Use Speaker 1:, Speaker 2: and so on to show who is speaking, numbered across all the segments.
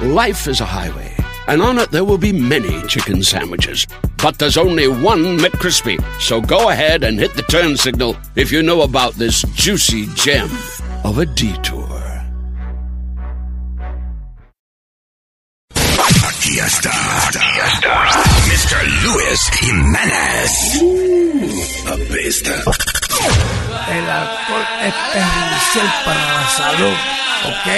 Speaker 1: Life is a highway, and on it there will be many chicken sandwiches. But there's only one McCrispy. So go ahead and hit the turn signal if you know about this juicy gem of a detour.
Speaker 2: Aquí está, aquí está. Mr. Luis Jiménez. Apesta.
Speaker 3: El alcohol es perjudicial para la salud, ¿ok?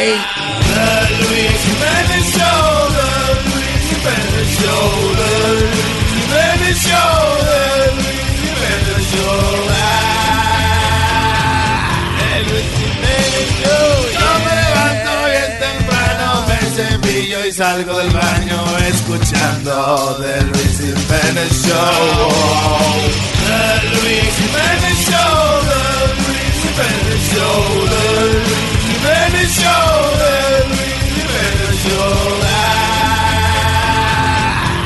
Speaker 4: Yo me levanto bien temprano, me cepillo y salgo del baño escuchando The Luis Jiménez Show. The Luis Jiménez Show, The Luis Jiménez Show, The Luis Jiménez Show, The Luis Jiménez Show. Ah,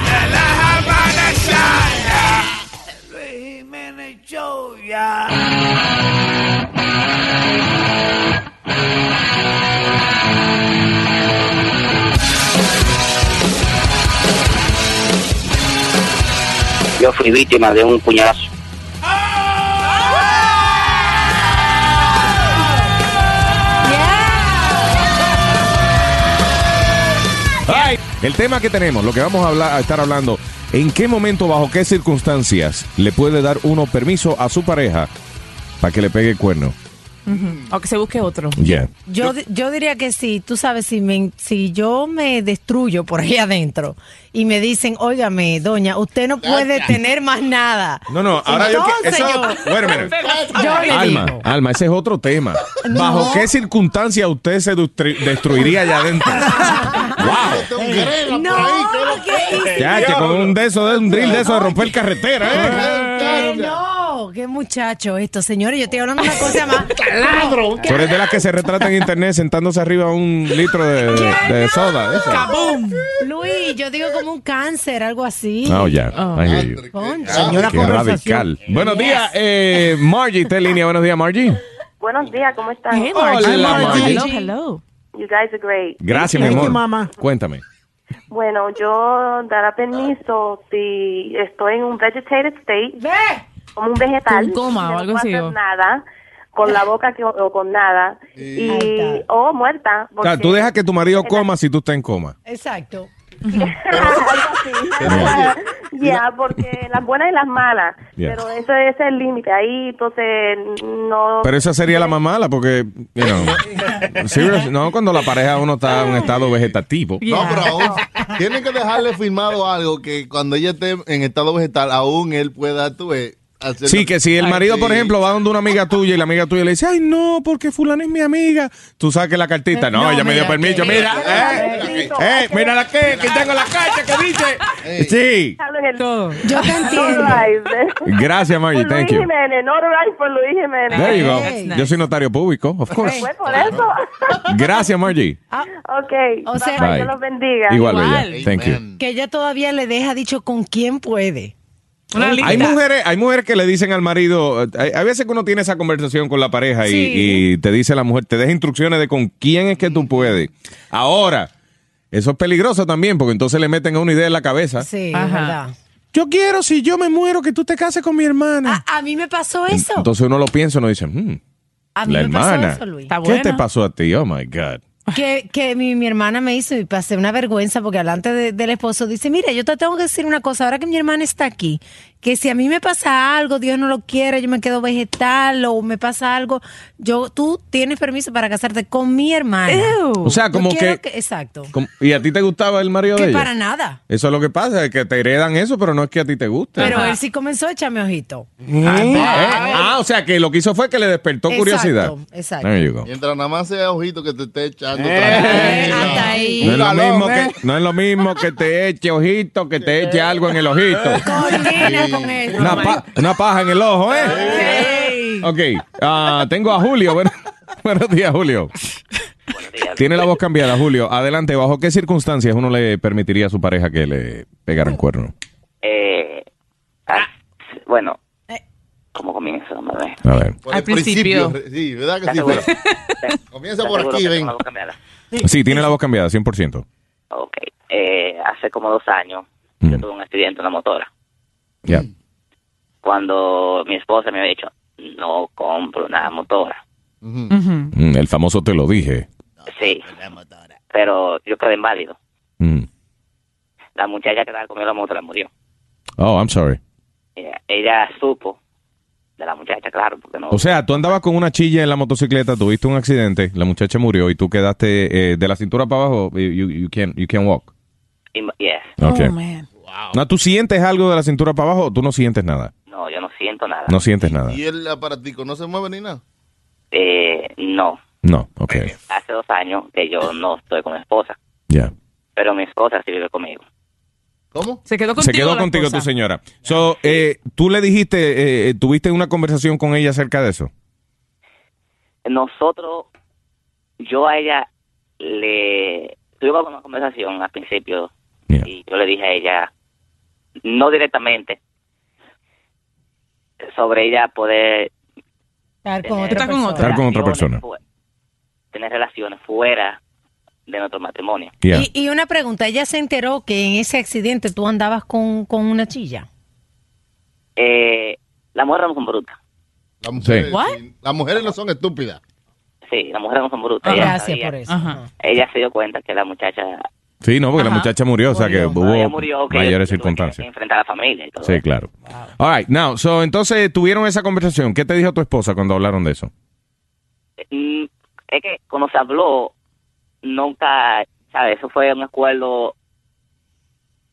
Speaker 4: de la Habana Shaya, Luis Jiménez Show, ya.
Speaker 5: Yo fui víctima de un puñalazo.
Speaker 6: Ay, el tema que tenemos, lo que vamos a, hablar, a estar hablando, ¿en qué momento, bajo qué circunstancias le puede dar uno permiso a su pareja para que le pegue el cuerno?
Speaker 7: O que se busque otro.
Speaker 6: Yeah.
Speaker 8: Yo, di- yo diría que sí, tú sabes, si, me, si yo me destruyo por ahí adentro y me dicen, óigame, doña, usted no puede tener más nada.
Speaker 6: No, no, ahora yo que-
Speaker 8: Entonces
Speaker 6: eso-
Speaker 8: yo-
Speaker 6: wait a minute.
Speaker 8: yo le
Speaker 6: Alma,
Speaker 8: digo.
Speaker 6: Alma, ese es otro tema. ¿Bajo qué circunstancia usted se destru- destruiría allá adentro?
Speaker 8: No, porque-
Speaker 6: ya, que con un de esos, de un drill de eso de romper carretera, ¿eh?
Speaker 8: que no, qué muchacho esto, señores, yo estoy hablando de una cosa más. ¡Caladro!
Speaker 6: Tú eres de las que se retrata en internet sentándose arriba a un litro de, de- de soda. eso.
Speaker 8: Luis, yo digo como un cáncer, algo así. Oh.
Speaker 6: No, Ah, ya.
Speaker 8: Ah.
Speaker 6: I hear you.
Speaker 8: Concha, señora
Speaker 6: Qué
Speaker 8: conversación.
Speaker 6: radical. Buenos días, eh, Margie, está en línea. Buenos días, Margie.
Speaker 9: Buenos días, ¿cómo están?
Speaker 7: Hey, Margie.
Speaker 6: Hola, Margie.
Speaker 7: Hello, hello.
Speaker 9: You guys are great.
Speaker 6: Gracias, mi
Speaker 3: Thank you,
Speaker 6: amor.
Speaker 3: mamá.
Speaker 6: Cuéntame.
Speaker 9: Bueno, yo dará permiso si estoy en un vegetated state,
Speaker 8: Ve.
Speaker 9: como un vegetal,
Speaker 7: Con coma
Speaker 9: que
Speaker 7: o
Speaker 9: no
Speaker 7: algo
Speaker 9: puedo
Speaker 7: así,
Speaker 9: hacer
Speaker 7: o-
Speaker 9: nada, con la boca que- o con nada,
Speaker 8: Ahí
Speaker 9: y
Speaker 8: está.
Speaker 9: o muerta.
Speaker 6: O sea, tú dejas que tu marido
Speaker 9: en la-
Speaker 6: coma si tú estás en coma.
Speaker 8: Exacto.
Speaker 9: Ya, porque las buenas y las malas,
Speaker 6: Yeah.
Speaker 9: pero ese, ese es el límite, ahí entonces no...
Speaker 6: Pero esa sería la más mala porque, you know, serious- no, cuando la pareja uno está en un estado vegetativo.
Speaker 10: No, pero aún tienen que dejarle firmado algo que cuando ella esté en estado vegetal, aún él pueda, tú ves, hacer.
Speaker 6: Sí, que si el marido, por
Speaker 10: Sí.
Speaker 6: ejemplo, va donde una amiga tuya y la amiga tuya le dice, ay, no, porque fulana es mi amiga, tú saques la cartita. No,
Speaker 8: No,
Speaker 6: ella me dio
Speaker 8: mira
Speaker 6: permiso.
Speaker 8: que-
Speaker 6: Mira, eh, eh, mira la que, que tengo la cacha que dice. Sí.
Speaker 9: En el-
Speaker 7: Todo.
Speaker 8: Yo te entiendo.
Speaker 9: Notarized.
Speaker 6: Gracias, Margie.
Speaker 9: Por
Speaker 6: Thank
Speaker 9: Luis
Speaker 6: you.
Speaker 9: Jiménez, notarized por Luis Jiménez.
Speaker 6: There you go.
Speaker 8: That's
Speaker 7: nice.
Speaker 6: Yo soy notario público, of course.
Speaker 9: Fue por eso.
Speaker 6: Gracias, Margie.
Speaker 9: ok.
Speaker 8: O sea-
Speaker 9: Bye, bye,
Speaker 6: Bye.
Speaker 9: Dios los bendiga.
Speaker 6: Igual,
Speaker 7: Igual.
Speaker 6: bella. Thank you.
Speaker 10: Amen.
Speaker 8: Que ella todavía le deja dicho con quién puede.
Speaker 7: Una lista.
Speaker 6: Hay mujeres, hay mujeres que le dicen al marido, eh, hay, hay veces que uno tiene esa conversación con la pareja y,
Speaker 7: Sí. Mm.
Speaker 6: y te dice la mujer, te deja instrucciones de con quién es que tú puedes. Ahora, eso es peligroso también, porque entonces le meten a una idea en la cabeza.
Speaker 8: Sí,
Speaker 7: Ajá.
Speaker 8: es verdad.
Speaker 6: Yo quiero, si yo me muero, que tú te cases con mi hermana.
Speaker 8: Ah, A, a mí me pasó eso.
Speaker 6: Entonces uno lo piensa, uno dice, "Hmm,
Speaker 8: a mí
Speaker 6: la
Speaker 8: me
Speaker 6: hermana,
Speaker 8: pasó eso, Luis.
Speaker 7: Está
Speaker 6: ¿qué
Speaker 7: buena.
Speaker 6: te pasó a ti? Oh, my God.
Speaker 8: Que, que mi, mi hermana me hizo y pasé una vergüenza porque delante de- del esposo dice, mira, yo te tengo que decir una cosa, ahora que mi hermana está aquí, que si a mí me pasa algo, Dios no lo quiera, yo me quedo vegetal o me pasa algo, yo tú tienes permiso para casarte con mi hermana.
Speaker 7: Ew.
Speaker 6: O sea,
Speaker 8: Yo
Speaker 6: como
Speaker 8: quiero
Speaker 6: que,
Speaker 8: que- exacto.
Speaker 6: como- ¿Y a ti te gustaba el marido
Speaker 8: Que
Speaker 6: de ella?
Speaker 8: para nada.
Speaker 6: Eso es lo que pasa, es que te heredan eso, pero no es que a ti te guste. Ah,
Speaker 8: Pero
Speaker 7: Ajá.
Speaker 8: él sí comenzó, échame ojito.
Speaker 6: ¿Eh? Ah, o sea que lo que hizo fue que le despertó
Speaker 8: Exacto,
Speaker 6: curiosidad.
Speaker 8: exacto.
Speaker 6: There you go.
Speaker 10: Mientras nada más sea ojito que te esté echando.
Speaker 8: Eh,
Speaker 10: tranquila.
Speaker 8: hasta ahí.
Speaker 6: No es, lo
Speaker 10: Un
Speaker 6: mismo
Speaker 10: galón,
Speaker 6: que, no es lo mismo que te eche ojito, que te eche algo en el ojito.
Speaker 8: Coordina con eso.
Speaker 6: Una, pa- una paja en el ojo, ¿eh?
Speaker 7: Hey.
Speaker 6: Ok, ah, tengo a Julio. Bueno, buenos días, Julio. Tiene la voz cambiada, Julio. Adelante, ¿bajo qué circunstancias uno le permitiría a su pareja que le pegaran cuerno?
Speaker 5: Eh, ah, bueno, ¿cómo comienza? Vamos a ver.
Speaker 6: A ver.
Speaker 10: Por
Speaker 7: Al
Speaker 10: el principio.
Speaker 7: principio.
Speaker 10: Sí, ¿verdad que
Speaker 5: ¿Estás
Speaker 10: sí?
Speaker 5: seguro?
Speaker 10: Pero- Comienza por aquí, ven.
Speaker 5: Vamos a cambiarla.
Speaker 6: Sí, tiene la voz cambiada, 100%.
Speaker 11: Ok. Eh, hace como dos años yo
Speaker 10: Mm.
Speaker 11: tuve un accidente en la motora.
Speaker 6: Ya.
Speaker 11: Cuando mi esposa me había dicho, no compro una motora.
Speaker 6: Mm, el famoso te lo dije.
Speaker 11: Sí. Pero yo quedé inválido.
Speaker 6: Mm.
Speaker 11: La muchacha que estaba conmigo en la motora murió.
Speaker 6: Oh, I'm sorry.
Speaker 11: Ella, ella supo de la muchacha, claro, porque no.
Speaker 6: O sea, tú andabas con una chilla en la motocicleta, tuviste un accidente, la muchacha murió y tú quedaste eh, de la cintura para abajo. You, you, can't, you can't walk.
Speaker 11: Inv- yes.
Speaker 12: Oh,
Speaker 6: Okay. No, tú sientes algo de la cintura para abajo o tú no sientes nada.
Speaker 11: No, yo no siento nada.
Speaker 6: No sientes nada.
Speaker 10: ¿Y el aparatico no se mueve ni nada?
Speaker 11: Eh, no.
Speaker 6: No, ok.
Speaker 11: Hace dos años que yo no estoy con mi esposa.
Speaker 6: Ya.
Speaker 11: Pero mi esposa sí vive conmigo.
Speaker 10: ¿Cómo?
Speaker 12: Se quedó
Speaker 6: Se quedó contigo tu señora. So, eh, tú le dijiste, eh, tuviste una conversación con ella acerca de eso.
Speaker 11: Nosotros, yo a ella le tuvimos una conversación al principio y yo le dije a ella, no directamente, sobre ella poder
Speaker 8: Estar con
Speaker 11: tener
Speaker 8: otra persona.
Speaker 6: Estar con otra persona.
Speaker 11: relaciones fu- tener relaciones fuera de nuestro matrimonio.
Speaker 6: Yeah.
Speaker 8: Y, y una pregunta, ¿ella se enteró que en ese accidente tú andabas con, con una chilla?
Speaker 11: Eh, las mujeres no son brutas.
Speaker 10: Las mujeres,
Speaker 8: Sí. What?
Speaker 10: sí, las mujeres no son estúpidas.
Speaker 11: Sí, las mujeres no son brutas. Ella sabía. Ella se dio cuenta que la muchacha
Speaker 6: Sí, no, porque la muchacha murió, o sea que
Speaker 11: no,
Speaker 6: hubo
Speaker 11: ella murió, que
Speaker 6: mayores
Speaker 11: yo tuve que
Speaker 6: circunstancias.
Speaker 11: enfrentar a la familia y todo.
Speaker 6: Sí, claro. All right, now, so, entonces tuvieron esa conversación. ¿Qué te dijo tu esposa cuando hablaron de eso?
Speaker 11: Mm, Es que cuando se habló, nunca, ¿sabes? Eso fue un acuerdo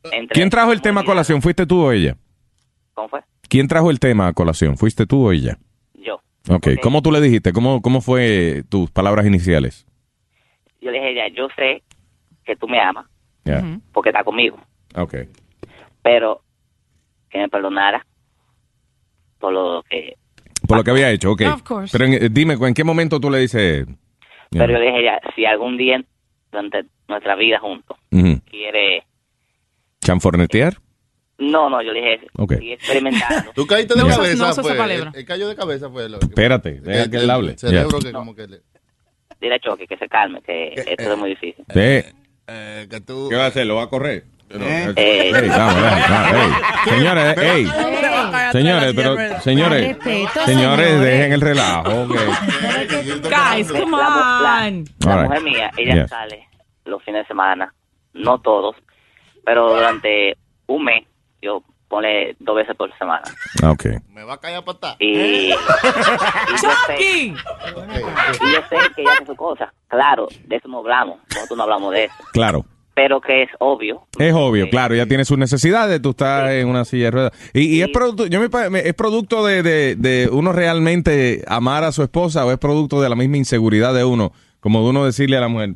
Speaker 11: entre...
Speaker 6: ¿Quién trajo el tema a colación? ¿Fuiste tú o ella?
Speaker 11: ¿Cómo fue?
Speaker 6: ¿Quién trajo el tema a colación? ¿Fuiste tú o ella?
Speaker 11: Yo.
Speaker 6: Ok, ¿cómo tú le dijiste? ¿Cómo, cómo fue tus palabras iniciales?
Speaker 11: Yo le dije a ella, yo sé que tú me amas
Speaker 6: Ya.
Speaker 11: porque está conmigo,
Speaker 6: Ok.
Speaker 11: pero que me perdonara por lo que...
Speaker 6: Por lo que había hecho, ok.
Speaker 11: No, of course.
Speaker 6: Pero en- eh, dime, ¿en qué momento tú le dices? Ya.
Speaker 11: Pero yo le dije a ella, si algún día durante nuestra vida juntos
Speaker 6: Ujú.
Speaker 11: quiere...
Speaker 6: ¿Chanfornetear?
Speaker 11: No, no, yo le dije,
Speaker 6: Ok.
Speaker 11: sigue experimentando.
Speaker 10: Tú caíste de ah,
Speaker 6: No,
Speaker 10: cabeza,
Speaker 11: no usa esa
Speaker 10: fue.
Speaker 11: palabra.
Speaker 10: El, el cayó de cabeza fue. Lo,
Speaker 6: Espérate, deja que él hable.
Speaker 10: cerebro
Speaker 6: Ya.
Speaker 10: que como que le...
Speaker 11: Dile a Choque que se calme, que esto es muy difícil.
Speaker 6: Sí.
Speaker 10: Eh, que tú...
Speaker 6: ¿Qué va a hacer? ¿Lo va a correr?
Speaker 11: Eh.
Speaker 6: Ey, vamos, vamos, vamos, ey. Señores, ey. Señores, pero, señores, señores,
Speaker 11: Respeto, señores.
Speaker 6: dejen el relajo. ok.
Speaker 12: Guys, come on.
Speaker 11: La
Speaker 6: All right.
Speaker 11: mujer mía, ella
Speaker 6: Yes.
Speaker 11: sale los fines de semana, no todos, pero durante un mes, yo pone dos veces por semana.
Speaker 6: Ah, Ok.
Speaker 10: Me va a caer a Eh. patar.
Speaker 11: Y, y yo sé, y yo sé que ella hace su cosa. Claro, de eso no hablamos, nosotros no hablamos de eso.
Speaker 6: Claro.
Speaker 11: Pero que es obvio,
Speaker 6: Es obvio, claro, ya tiene sus necesidades, tú estás en una silla de ruedas. Y, y es producto, yo me, pa- me- es producto de, de- de uno realmente amar a su esposa o es producto de la misma inseguridad de uno, como de uno decirle a la mujer,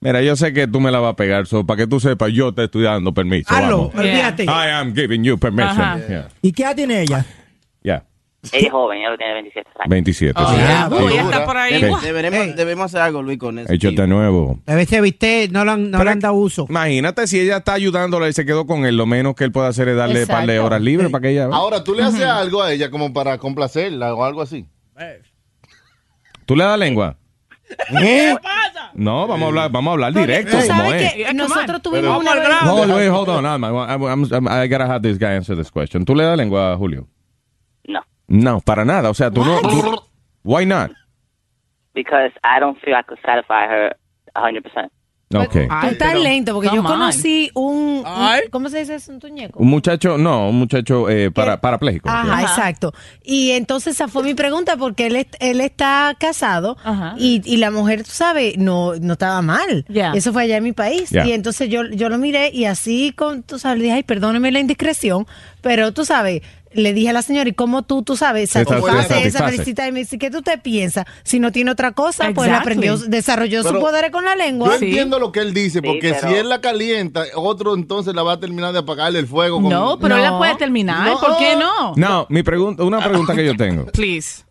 Speaker 6: mira, yo sé que tú me la vas a pegar, so, para que tú sepas, yo te estoy dando permiso.
Speaker 13: Hazlo,
Speaker 6: vamos.
Speaker 13: olvídate.
Speaker 6: I am giving you permission.
Speaker 13: Ajá.
Speaker 6: Yeah.
Speaker 13: ¿Y qué edad tiene ella?
Speaker 6: Yeah.
Speaker 11: ella es joven, ella tiene 27 años.
Speaker 6: 27. sí. Sí. Ok.
Speaker 14: Deberemos, debemos hacer algo, Luis, con eso.
Speaker 6: Hecho de nuevo.
Speaker 13: A veces, viste, no le han, no le han dado uso.
Speaker 6: Imagínate si ella está ayudándole y se quedó con él, lo menos que él puede hacer es darle par de
Speaker 10: Exacto.
Speaker 6: horas libres para que ella...
Speaker 10: Ahora, ¿tú le haces algo a ella como para complacerla o algo así?
Speaker 6: ¿Tú le das lengua? ¿Eh? No, vamos a hablar, vamos a hablar directo.
Speaker 8: Tú
Speaker 6: como es.
Speaker 8: sabes que nosotros tuvimos una... vez-
Speaker 6: Hold, wait, hold on. I'm, I'm- I'm- I'm- I gotta have this guy answer this question. ¿Tú le das lengua, Julio?
Speaker 11: No.
Speaker 6: No, para nada. O sea, tú no. tú- why not?
Speaker 11: because I don't feel I could satisfy her 100%.
Speaker 6: Ok.
Speaker 8: Tú estás lento, porque yo
Speaker 11: Come on.
Speaker 8: conocí un, un- ¿Cómo se dice eso? Un tuñeco.
Speaker 6: Un muchacho, no, un muchacho eh, para, parapléjico.
Speaker 11: Ah,
Speaker 8: Ajá,
Speaker 6: ¿sí?
Speaker 8: exacto. Y entonces esa fue mi pregunta porque él, est- él está casado y, y la mujer, tú sabes, no, no estaba mal.
Speaker 12: Ya.
Speaker 8: Eso fue allá en mi país.
Speaker 12: Ya.
Speaker 8: Y entonces yo, yo lo miré y así, con, tú sabes, le dije, ay, perdóneme la indiscreción, pero tú sabes, le dije a la señora, ¿y cómo tú, tú sabes,
Speaker 6: Te satisface,
Speaker 8: satisface esa
Speaker 6: satisface.
Speaker 8: felicidad? Y me dice, ¿qué tú te piensas? Si no tiene otra cosa, pues él
Speaker 10: Exactly.
Speaker 8: aprendió, desarrolló
Speaker 10: Pero
Speaker 8: su poder con la lengua.
Speaker 10: Yo entiendo lo que él dice,
Speaker 8: Sí,
Speaker 10: porque
Speaker 8: pero-
Speaker 10: si él la calienta, otro entonces la va a terminar de apagarle el fuego. con-
Speaker 12: No, pero él la puede terminar.
Speaker 13: No.
Speaker 12: ¿Por qué no?
Speaker 6: No, mi pregunta, una pregunta que yo tengo.
Speaker 12: Please.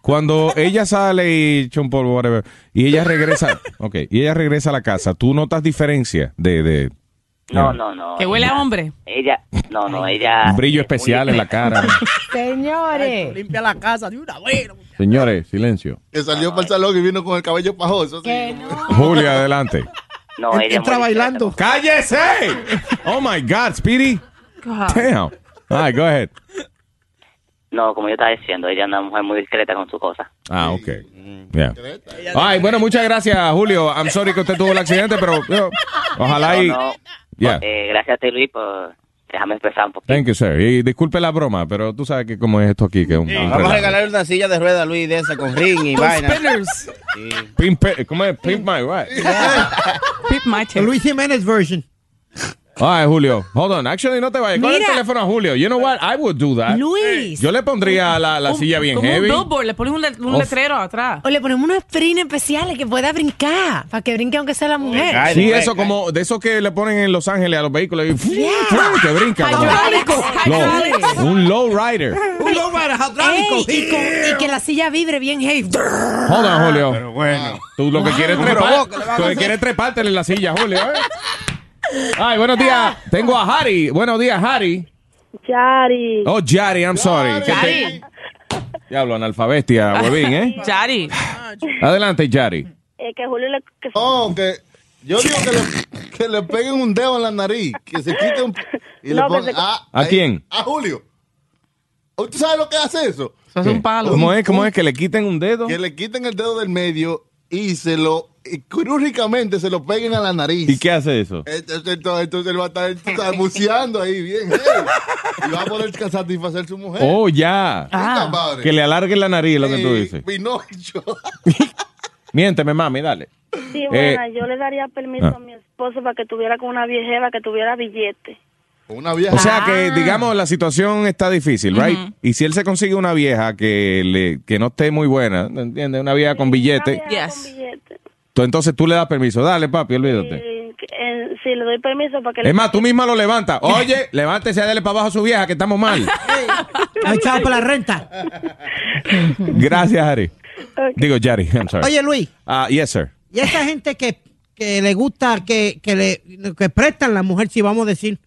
Speaker 6: Cuando ella sale y echa un polvo, whatever, y ella regresa, ok, y ella regresa a la casa, ¿tú notas diferencia de, de
Speaker 11: No, no, no.
Speaker 12: Que huele a
Speaker 11: ella-
Speaker 12: hombre.
Speaker 11: Ella, no, no, ella...
Speaker 6: un brillo especial en la cara?
Speaker 8: Señores.
Speaker 13: limpia la casa de una vez.
Speaker 6: Señores, silencio.
Speaker 11: eh.
Speaker 10: Que salió para el salón y vino con el cabello pajoso. así.
Speaker 6: Julio, adelante.
Speaker 5: No,
Speaker 13: En-
Speaker 5: ella
Speaker 13: entra
Speaker 5: muere.
Speaker 13: bailando.
Speaker 6: ¡Cállese! Oh my God, Speedy. Damn. All right, go ahead.
Speaker 5: No, como yo estaba diciendo, ella es una mujer muy discreta con su cosa.
Speaker 6: Ah, ok. Yeah. Ay, bueno, muchas gracias, Julio. I'm sorry que usted tuvo el accidente, pero yo- ojalá y.
Speaker 5: No, no.
Speaker 6: Yeah.
Speaker 5: Eh, gracias a ti, Luis, por déjame expresar un poco.
Speaker 6: Thank you, sir. Y disculpe la broma, pero tú sabes que cómo es esto aquí. Que es un- un
Speaker 15: Vamos a
Speaker 6: relajo.
Speaker 15: regalarle una silla de ruedas, Luis, de esa con ring y
Speaker 6: Con
Speaker 15: vaina.
Speaker 6: spinners. Pimp, ¿Cómo es? Pimp my right.
Speaker 13: Luis Jiménez version.
Speaker 6: Ay, Julio. Hold on. Actually, no te vayas. Coge el
Speaker 7: Mira.
Speaker 6: teléfono a Julio. You know what? I would do that.
Speaker 8: Luis.
Speaker 6: Yo le pondría la, la
Speaker 7: Un-
Speaker 6: silla bien
Speaker 7: como
Speaker 6: heavy.
Speaker 7: Un billboard, Pues le pones un, le- un
Speaker 6: Of-
Speaker 7: letrero atrás.
Speaker 8: O le ponemos unos sprints especiales que pueda brincar, para que brinque aunque sea la mujer.
Speaker 6: Sí, eso como de esos que le ponen en Los Ángeles a los vehículos y que brincan.
Speaker 8: Hydraulics.
Speaker 6: No, un low rider.
Speaker 8: Un y, con- y que la silla vibre bien heavy.
Speaker 6: Hold on, Julio. Pero
Speaker 10: bueno.
Speaker 6: Tú lo que
Speaker 8: Wow.
Speaker 6: quieres
Speaker 8: No
Speaker 6: trepar,
Speaker 8: provoca, le
Speaker 6: tú
Speaker 8: van a
Speaker 6: lo que
Speaker 8: hacer.
Speaker 6: quieres trepártela en la silla, Julio. ¿eh? Ay, buenos días. Tengo a Harry. Buenos días, Harry.
Speaker 9: Yari.
Speaker 6: Oh, Jari, I'm sorry. Que te- Diablo, analfabestia, huevín, ¿eh?
Speaker 7: Yari.
Speaker 6: Adelante, Jari.
Speaker 9: Eh, que Julio le... Que...
Speaker 10: Oh, que yo digo que le, que le peguen un dedo en la nariz, que se quite un... Y le
Speaker 9: No, que
Speaker 10: pongan-
Speaker 9: se-
Speaker 10: ah,
Speaker 6: ¿A
Speaker 10: ahí-
Speaker 6: quién?
Speaker 10: A Julio. ¿Tú sabes lo que hace eso?
Speaker 6: Eso es un palo. ¿Cómo es? ¿Cómo es? ¿Que le quiten un dedo?
Speaker 10: Que le quiten el dedo del medio y se lo... y quirúrgicamente se lo peguen a la nariz. Este,
Speaker 6: ¿Y qué hace eso?
Speaker 10: Entonces, entonces, entonces él va a estar tú sabes, buceando ahí bien. hey. y va a poder ca- satisfacer su mujer.
Speaker 6: Oh, ya.
Speaker 10: Puta madre.
Speaker 6: Que le alargue la nariz, lo que tú
Speaker 10: Eh,
Speaker 6: dices.
Speaker 10: Pinocho.
Speaker 6: Miénteme, mami, dale.
Speaker 9: Sí,
Speaker 6: Eh,
Speaker 9: bueno, yo le daría permiso
Speaker 6: ah.
Speaker 9: a mi esposo para que tuviera con una viejera que tuviera billete.
Speaker 10: Una vieja.
Speaker 6: O sea que, digamos, la situación está difícil, ¿right? Y si él se consigue una vieja que, le, que no esté muy buena, ¿entiendes? Una vieja con billete,
Speaker 9: Yes. billete.
Speaker 6: tú- entonces tú le das permiso. Dale, papi, olvídate.
Speaker 9: Eh, eh, sí, le doy permiso para que le...
Speaker 6: Es más, tú misma lo levantas. Oye, levántese, dale para abajo a su vieja, que estamos mal.
Speaker 13: Ay, chavo, para la renta.
Speaker 6: Gracias, Harry.
Speaker 13: Ok.
Speaker 6: Digo, Jari, I'm sorry.
Speaker 13: Oye, Luis.
Speaker 6: Ah, yes, sir.
Speaker 13: Y esa gente que, que le gusta, que, que le que prestan la mujer, si vamos a decir.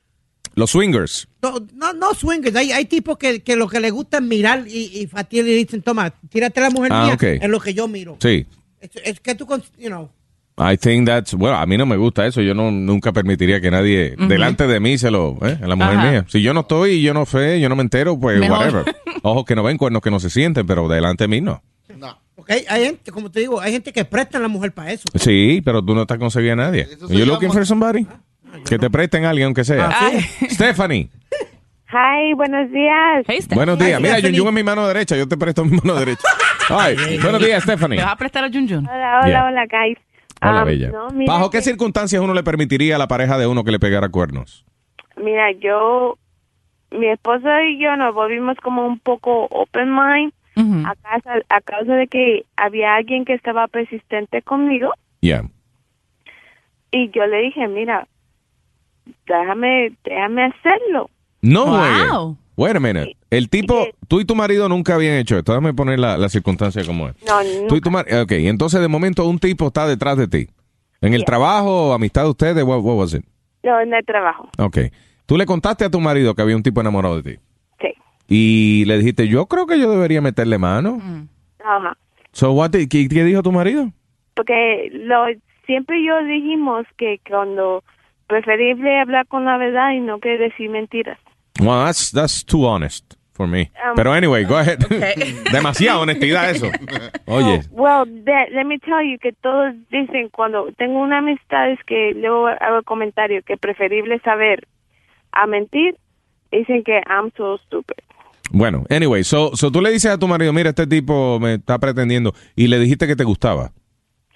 Speaker 6: Los swingers.
Speaker 13: No, no, no swingers. Hay, hay tipos que, que lo que le gusta es mirar y, y fatiar y dicen, toma, tírate la mujer
Speaker 6: Ah,
Speaker 13: mía
Speaker 6: ok.
Speaker 13: en lo que yo miro.
Speaker 6: Sí.
Speaker 13: Es, es que tú, con- you know.
Speaker 6: I think that's, bueno, a mí no me gusta eso. Yo no, nunca permitiría que nadie
Speaker 13: Ujú.
Speaker 6: delante de mí se lo, eh, a la mujer
Speaker 13: Ajá.
Speaker 6: mía. Si yo no estoy y yo no sé, yo no me entero, pues
Speaker 13: Mejor.
Speaker 6: whatever. Ojos que no ven, cuernos que no se sienten, pero delante de mí no.
Speaker 13: Porque hay, hay gente, como te digo, hay gente que presta a la mujer para eso.
Speaker 6: Sí, pero tú no estás consiguiendo a nadie. You looking for somebody? Que te presten a alguien, aunque sea.
Speaker 16: Ah,
Speaker 6: Stephanie,
Speaker 16: Hi, buenos días.
Speaker 6: buenos días. Mira, Jun Jun es mi mano derecha. Yo te presto mi mano derecha. Ay, buenos días, Stephanie.
Speaker 7: ¿Le vas a prestar a Junjun?
Speaker 16: Hola, hola,
Speaker 6: Yeah.
Speaker 16: hola, guys.
Speaker 6: Hola,
Speaker 16: Um,
Speaker 6: bella.
Speaker 16: no, mira,
Speaker 6: ¿Bajo qué circunstancias uno le permitiría a la pareja de uno que le pegara cuernos?
Speaker 16: mira, yo, mi esposo y yo nos volvimos como un poco open mind
Speaker 6: Mm.
Speaker 16: a, causa, a causa de que había alguien que estaba persistente conmigo
Speaker 6: Yeah.
Speaker 16: y yo le dije, mira, déjame, déjame hacerlo.
Speaker 6: No eh,
Speaker 16: Wow.
Speaker 6: juegue. Wait a minute. El tipo, tú y tu marido nunca habían hecho esto. Déjame poner la, la circunstancia como es.
Speaker 16: No,
Speaker 6: Tú y
Speaker 16: nunca.
Speaker 6: tu mar- ok, entonces de momento un tipo está detrás de ti. En el trabajo, amistad de ustedes, what, what was it?
Speaker 16: no, en el trabajo.
Speaker 6: Ok. Tú le contaste a tu marido que había un tipo enamorado de ti.
Speaker 16: Sí.
Speaker 6: Y le dijiste, yo creo que yo debería meterle mano.
Speaker 16: Ajá.
Speaker 6: So what did- ¿qué, qué dijo tu marido?
Speaker 16: Porque lo, siempre yo dijimos que cuando preferible hablar con la verdad y no que decir mentiras.
Speaker 6: Well, that's, that's too honest for me.
Speaker 16: Um,
Speaker 6: Pero anyway, go ahead. Demasiada honestidad eso. Oye.
Speaker 16: Well, that, let me tell you que todos dicen cuando tengo una amistad es que luego hago el comentario que preferible saber a mentir. Dicen que I'm so stupid.
Speaker 6: Bueno, anyway, so, so tú le dices a tu marido, mira, este tipo me está pretendiendo y le dijiste que te gustaba.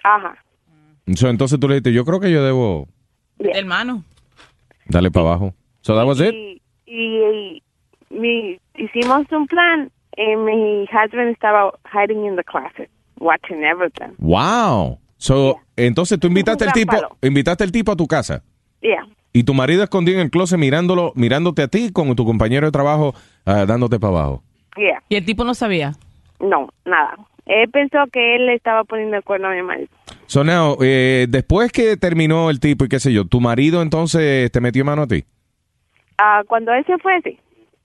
Speaker 16: Ajá.
Speaker 6: So, entonces tú le dijiste, yo creo que yo debo
Speaker 7: Hermano.
Speaker 6: darle para abajo. So that was it?
Speaker 16: Y, y, y mi- hicimos un plan y mi husband estaba hiding in the closet, watching everything.
Speaker 6: Wow. So, entonces tú invitaste
Speaker 16: Un
Speaker 6: al
Speaker 16: gran
Speaker 6: tipo,
Speaker 16: palo.
Speaker 6: invitaste al tipo a tu casa
Speaker 16: Yeah.
Speaker 6: y tu marido escondido en el closet mirándolo, mirándote a ti con tu compañero de trabajo ah, dándote para abajo.
Speaker 7: ¿Y el tipo no sabía?
Speaker 16: No, nada. Él pensó que él le estaba poniendo el cuerno a mi marido.
Speaker 6: So now, eh, después que terminó el tipo y qué sé yo, tu marido entonces te metió mano a ti.
Speaker 16: Ah, cuando él se fue, sí.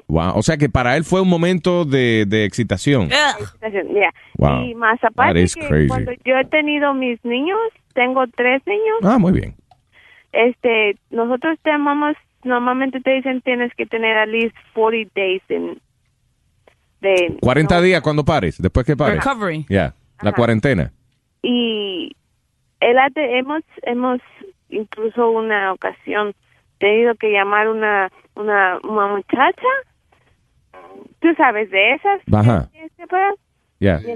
Speaker 6: Wow. O sea que para él fue un momento de, de excitación.
Speaker 16: Yeah.
Speaker 6: Mm. Wow.
Speaker 16: Y más
Speaker 6: That
Speaker 16: aparte
Speaker 6: is
Speaker 16: que
Speaker 6: crazy.
Speaker 16: cuando yo he tenido mis niños, tengo tres niños.
Speaker 6: Ah, muy bien.
Speaker 16: este, nosotros te amamos, normalmente te dicen tienes que tener at least 40 days en, de,
Speaker 6: 40 días cuando pares, después que pares.
Speaker 16: Recovery.
Speaker 6: Ya, la cuarentena.
Speaker 16: y él ha te- hemos hemos incluso una ocasión tenido que llamar una una, una muchacha tú sabes de esas este, pues,
Speaker 6: Ajá, ya.
Speaker 16: yeah.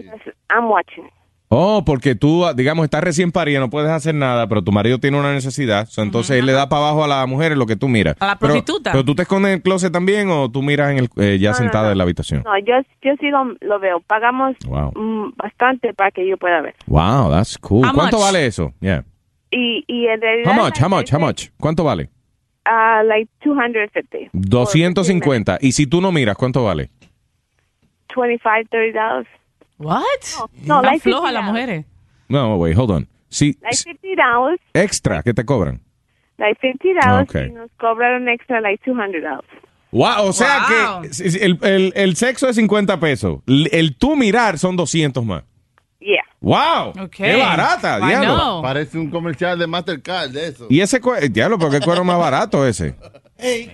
Speaker 16: I'm watching
Speaker 6: Oh, porque tú, digamos, estás recién parida, no puedes hacer nada, pero tu marido tiene una necesidad, so, entonces él le da para abajo a las mujeres lo que tú miras.
Speaker 16: A la
Speaker 6: Pero-
Speaker 16: prostituta.
Speaker 6: Pero, tú te escondes en el closet también o tú miras en el, eh, ya
Speaker 16: No, no,
Speaker 6: sentada
Speaker 16: no.
Speaker 6: en la habitación.
Speaker 16: no yo yo sí lo, lo veo pagamos
Speaker 6: Wow.
Speaker 16: mm, bastante para que yo pueda ver
Speaker 6: Wow, that's cool.
Speaker 16: How
Speaker 6: ¿Cuánto
Speaker 16: much?
Speaker 6: vale eso? Yeah.
Speaker 16: y y en realidad
Speaker 6: How much? How much? How much? ¿Cuánto vale?
Speaker 16: ah, like 250
Speaker 6: 250. Y si tú no miras, ¿cuánto vale?
Speaker 16: 25 30 dollars
Speaker 7: what
Speaker 16: no, no
Speaker 7: Tan
Speaker 16: like
Speaker 7: floja
Speaker 16: 50
Speaker 7: las mujeres.
Speaker 6: No, wait, hold on. Si
Speaker 16: like 50 dollars
Speaker 6: extra que te cobran.
Speaker 16: like 50 dollars
Speaker 6: Okay.
Speaker 16: y nos cobraron extra like 200 dollars
Speaker 6: Wow, o sea
Speaker 16: Wow.
Speaker 6: que si- si el, el- el sexo es 50 pesos. El, el tú mirar son 200 más.
Speaker 16: yeah
Speaker 6: Wow. Qué barata, diablo.
Speaker 10: Parece un comercial de Mastercard de eso.
Speaker 6: Y ese cuero, diablo, porque el cuero más barato ese.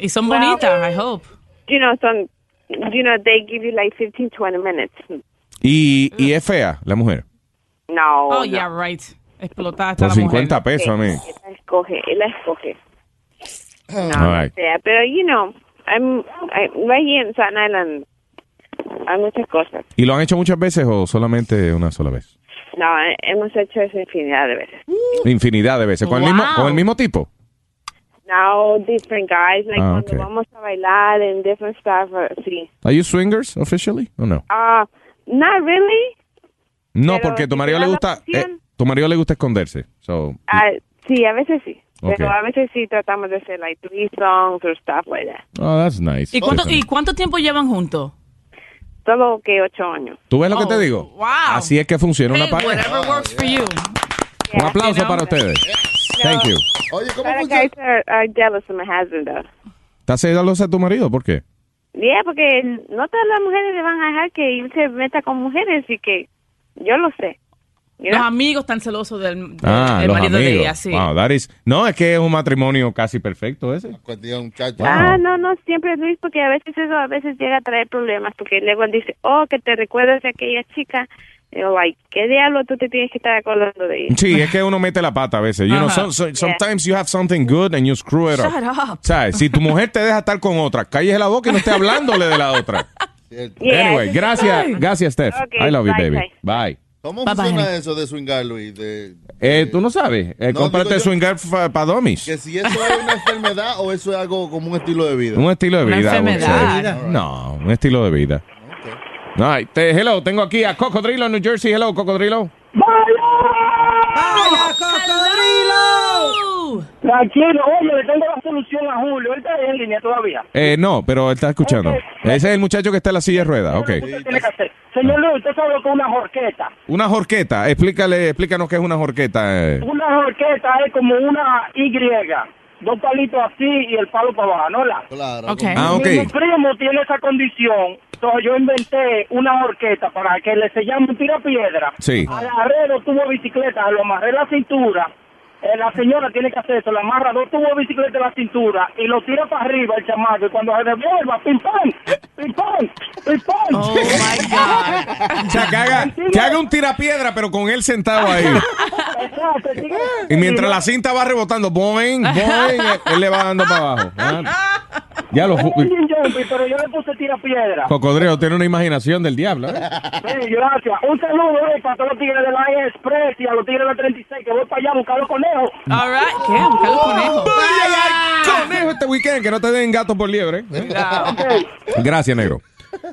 Speaker 7: Y son bonitas, I hope.
Speaker 16: You know, son, you know, they give you like 15, 20 minutes.
Speaker 6: Y, y es fea la mujer.
Speaker 16: No.
Speaker 7: Oh,
Speaker 16: no.
Speaker 7: yeah, right. Explotada está
Speaker 6: Por
Speaker 7: la
Speaker 6: 50
Speaker 7: mujer.
Speaker 6: pesos, amigo.
Speaker 16: Él la escoge, él la escoge. No,
Speaker 6: All right.
Speaker 16: no sea, pero, you know, I'm, I'm right here in Staten Island. Hay muchas cosas.
Speaker 6: ¿Y lo han hecho muchas veces o solamente una sola vez?
Speaker 16: No, hemos hecho eso infinidad de veces.
Speaker 6: Infinidad de veces. ¿Con, el, mismo,
Speaker 16: Wow.
Speaker 6: con el mismo tipo?
Speaker 16: Now, different guys, like
Speaker 6: Ah,
Speaker 16: cuando
Speaker 6: okay.
Speaker 16: vamos a bailar and different stuff, uh, sí.
Speaker 6: ¿Are you swingers officially o no?
Speaker 16: Ah, not really.
Speaker 6: No,
Speaker 16: Pero
Speaker 6: porque tu
Speaker 16: si
Speaker 6: marido le
Speaker 16: te da la
Speaker 6: gusta eh,
Speaker 16: opción.
Speaker 6: tu marido le gusta esconderse. So,
Speaker 16: Ah, sí, a veces sí. Pero
Speaker 6: Ok.
Speaker 16: a veces sí tratamos de hacer like three songs or stuff like that.
Speaker 6: oh, that's nice.
Speaker 7: ¿Y cuánto,
Speaker 6: Stephanie.
Speaker 7: ¿Y cuánto tiempo llevan juntos?
Speaker 16: Solo que ocho años.
Speaker 6: ¿Tú ves lo que
Speaker 7: Oh,
Speaker 6: te digo? Así es que funciona una
Speaker 7: Hey,
Speaker 6: pareja.
Speaker 7: whatever works for you.
Speaker 6: Un aplauso para ustedes. Thank you.
Speaker 16: Oye, ¿cómo guys are, are jealous of my husband, though.
Speaker 6: ¿Estás celosa de tu marido? ¿Por qué?
Speaker 16: Yeah, porque no todas las mujeres le van a dejar que él se meta con mujeres y que yo lo sé.
Speaker 7: Los amigos están celosos del, del-
Speaker 6: Ah,
Speaker 7: del
Speaker 6: los
Speaker 7: marido
Speaker 6: amigos.
Speaker 7: de ella, sí.
Speaker 6: Wow, that is- No, es que es un matrimonio casi perfecto ese.
Speaker 16: Ah,
Speaker 6: Wow.
Speaker 16: no, no, siempre Luis, porque a veces eso a veces llega a traer problemas, porque luego él dice, oh, que te recuerdas de aquella chica. Digo, ay, ¿qué diablo tú te tienes que estar acordando de ella?
Speaker 6: Sí, eh. es que uno mete la pata a veces. You know,
Speaker 16: Ajá.
Speaker 6: some- some- sometimes you have something good and you screw it up.
Speaker 16: Shut up.
Speaker 6: ¿Sabes? Si tu mujer te deja estar con otra, cállese la boca y no esté hablándole de la otra.
Speaker 10: Yeah,
Speaker 6: anyway,
Speaker 10: sí,
Speaker 6: gracias,
Speaker 10: sí.
Speaker 6: gracias, Steph.
Speaker 10: Ok,
Speaker 6: I love you,
Speaker 10: bye,
Speaker 6: baby.
Speaker 10: bye.
Speaker 6: Bye.
Speaker 10: ¿Cómo
Speaker 6: Bye,
Speaker 10: funciona
Speaker 6: bye.
Speaker 10: eso de swingar, Luis? De-
Speaker 6: Eh, tú no sabes. Eh,
Speaker 10: No,
Speaker 6: cómprate uh,
Speaker 10: digo yo-
Speaker 6: swingar para domis.
Speaker 10: que si eso es una enfermedad o eso es algo como un estilo de vida.
Speaker 6: Un estilo de
Speaker 10: Una
Speaker 6: vida. I would
Speaker 10: enfermedad.
Speaker 6: say. No, un estilo de vida. All right, te- hello, tengo aquí a Cocodrilo en New Jersey. Hello, Cocodrilo.
Speaker 13: ¡Vaya, cocodrilo!
Speaker 17: Tranquilo, oye, le tengo la solución a Julio. Él está ahí en línea todavía.
Speaker 6: Eh, no, pero él está escuchando. Ese es el muchacho que está en la silla de ruedas. Ok.
Speaker 17: ¿Qué tiene que hacer? Señor Luis, usted sabe lo que es una jorqueta.
Speaker 6: Una jorqueta. Explícale, explícanos qué es una jorqueta. eh.
Speaker 17: Una jorqueta es como una Y. Dos palitos así y el palo para abajo, ¿no? La?
Speaker 10: Claro.
Speaker 6: Ok. Ah, ok.
Speaker 17: Mi primo tiene esa condición. Entonces yo inventé una jorqueta para que le se llame un tirapiedra.
Speaker 6: Sí.
Speaker 17: Agarré dos tubos de bicicleta, lo amarré la cintura. Eh, la señora tiene que hacer eso, le amarra dos tubos de bicicleta a la cintura y lo tira para arriba el chamaco. Y cuando se devuelva, pim pam, pim pam, pim pam. Oh my God.
Speaker 6: O sea, que haga, que haga un tirapiedra, pero con él sentado ahí.
Speaker 17: Exacto, sigue.
Speaker 6: Y mientras la cinta va rebotando, boing, boing, él, él le va dando para abajo. Ah. Ya lo. fu-
Speaker 17: Engine jumping, pero yo le puse tirapiedra.
Speaker 6: Cocodrilo tiene una imaginación del diablo. ¿eh?
Speaker 17: Sí, gracias. Un saludo eh, para todos los tigres del IE Express y a los tigres de la 36 que voy para allá a buscar los conejos.
Speaker 7: All right. ¿Qué? Buscar los conejos.
Speaker 6: Vaya, conejo este weekend, que no te den gato por liebre. ¿eh? Gracias, negro.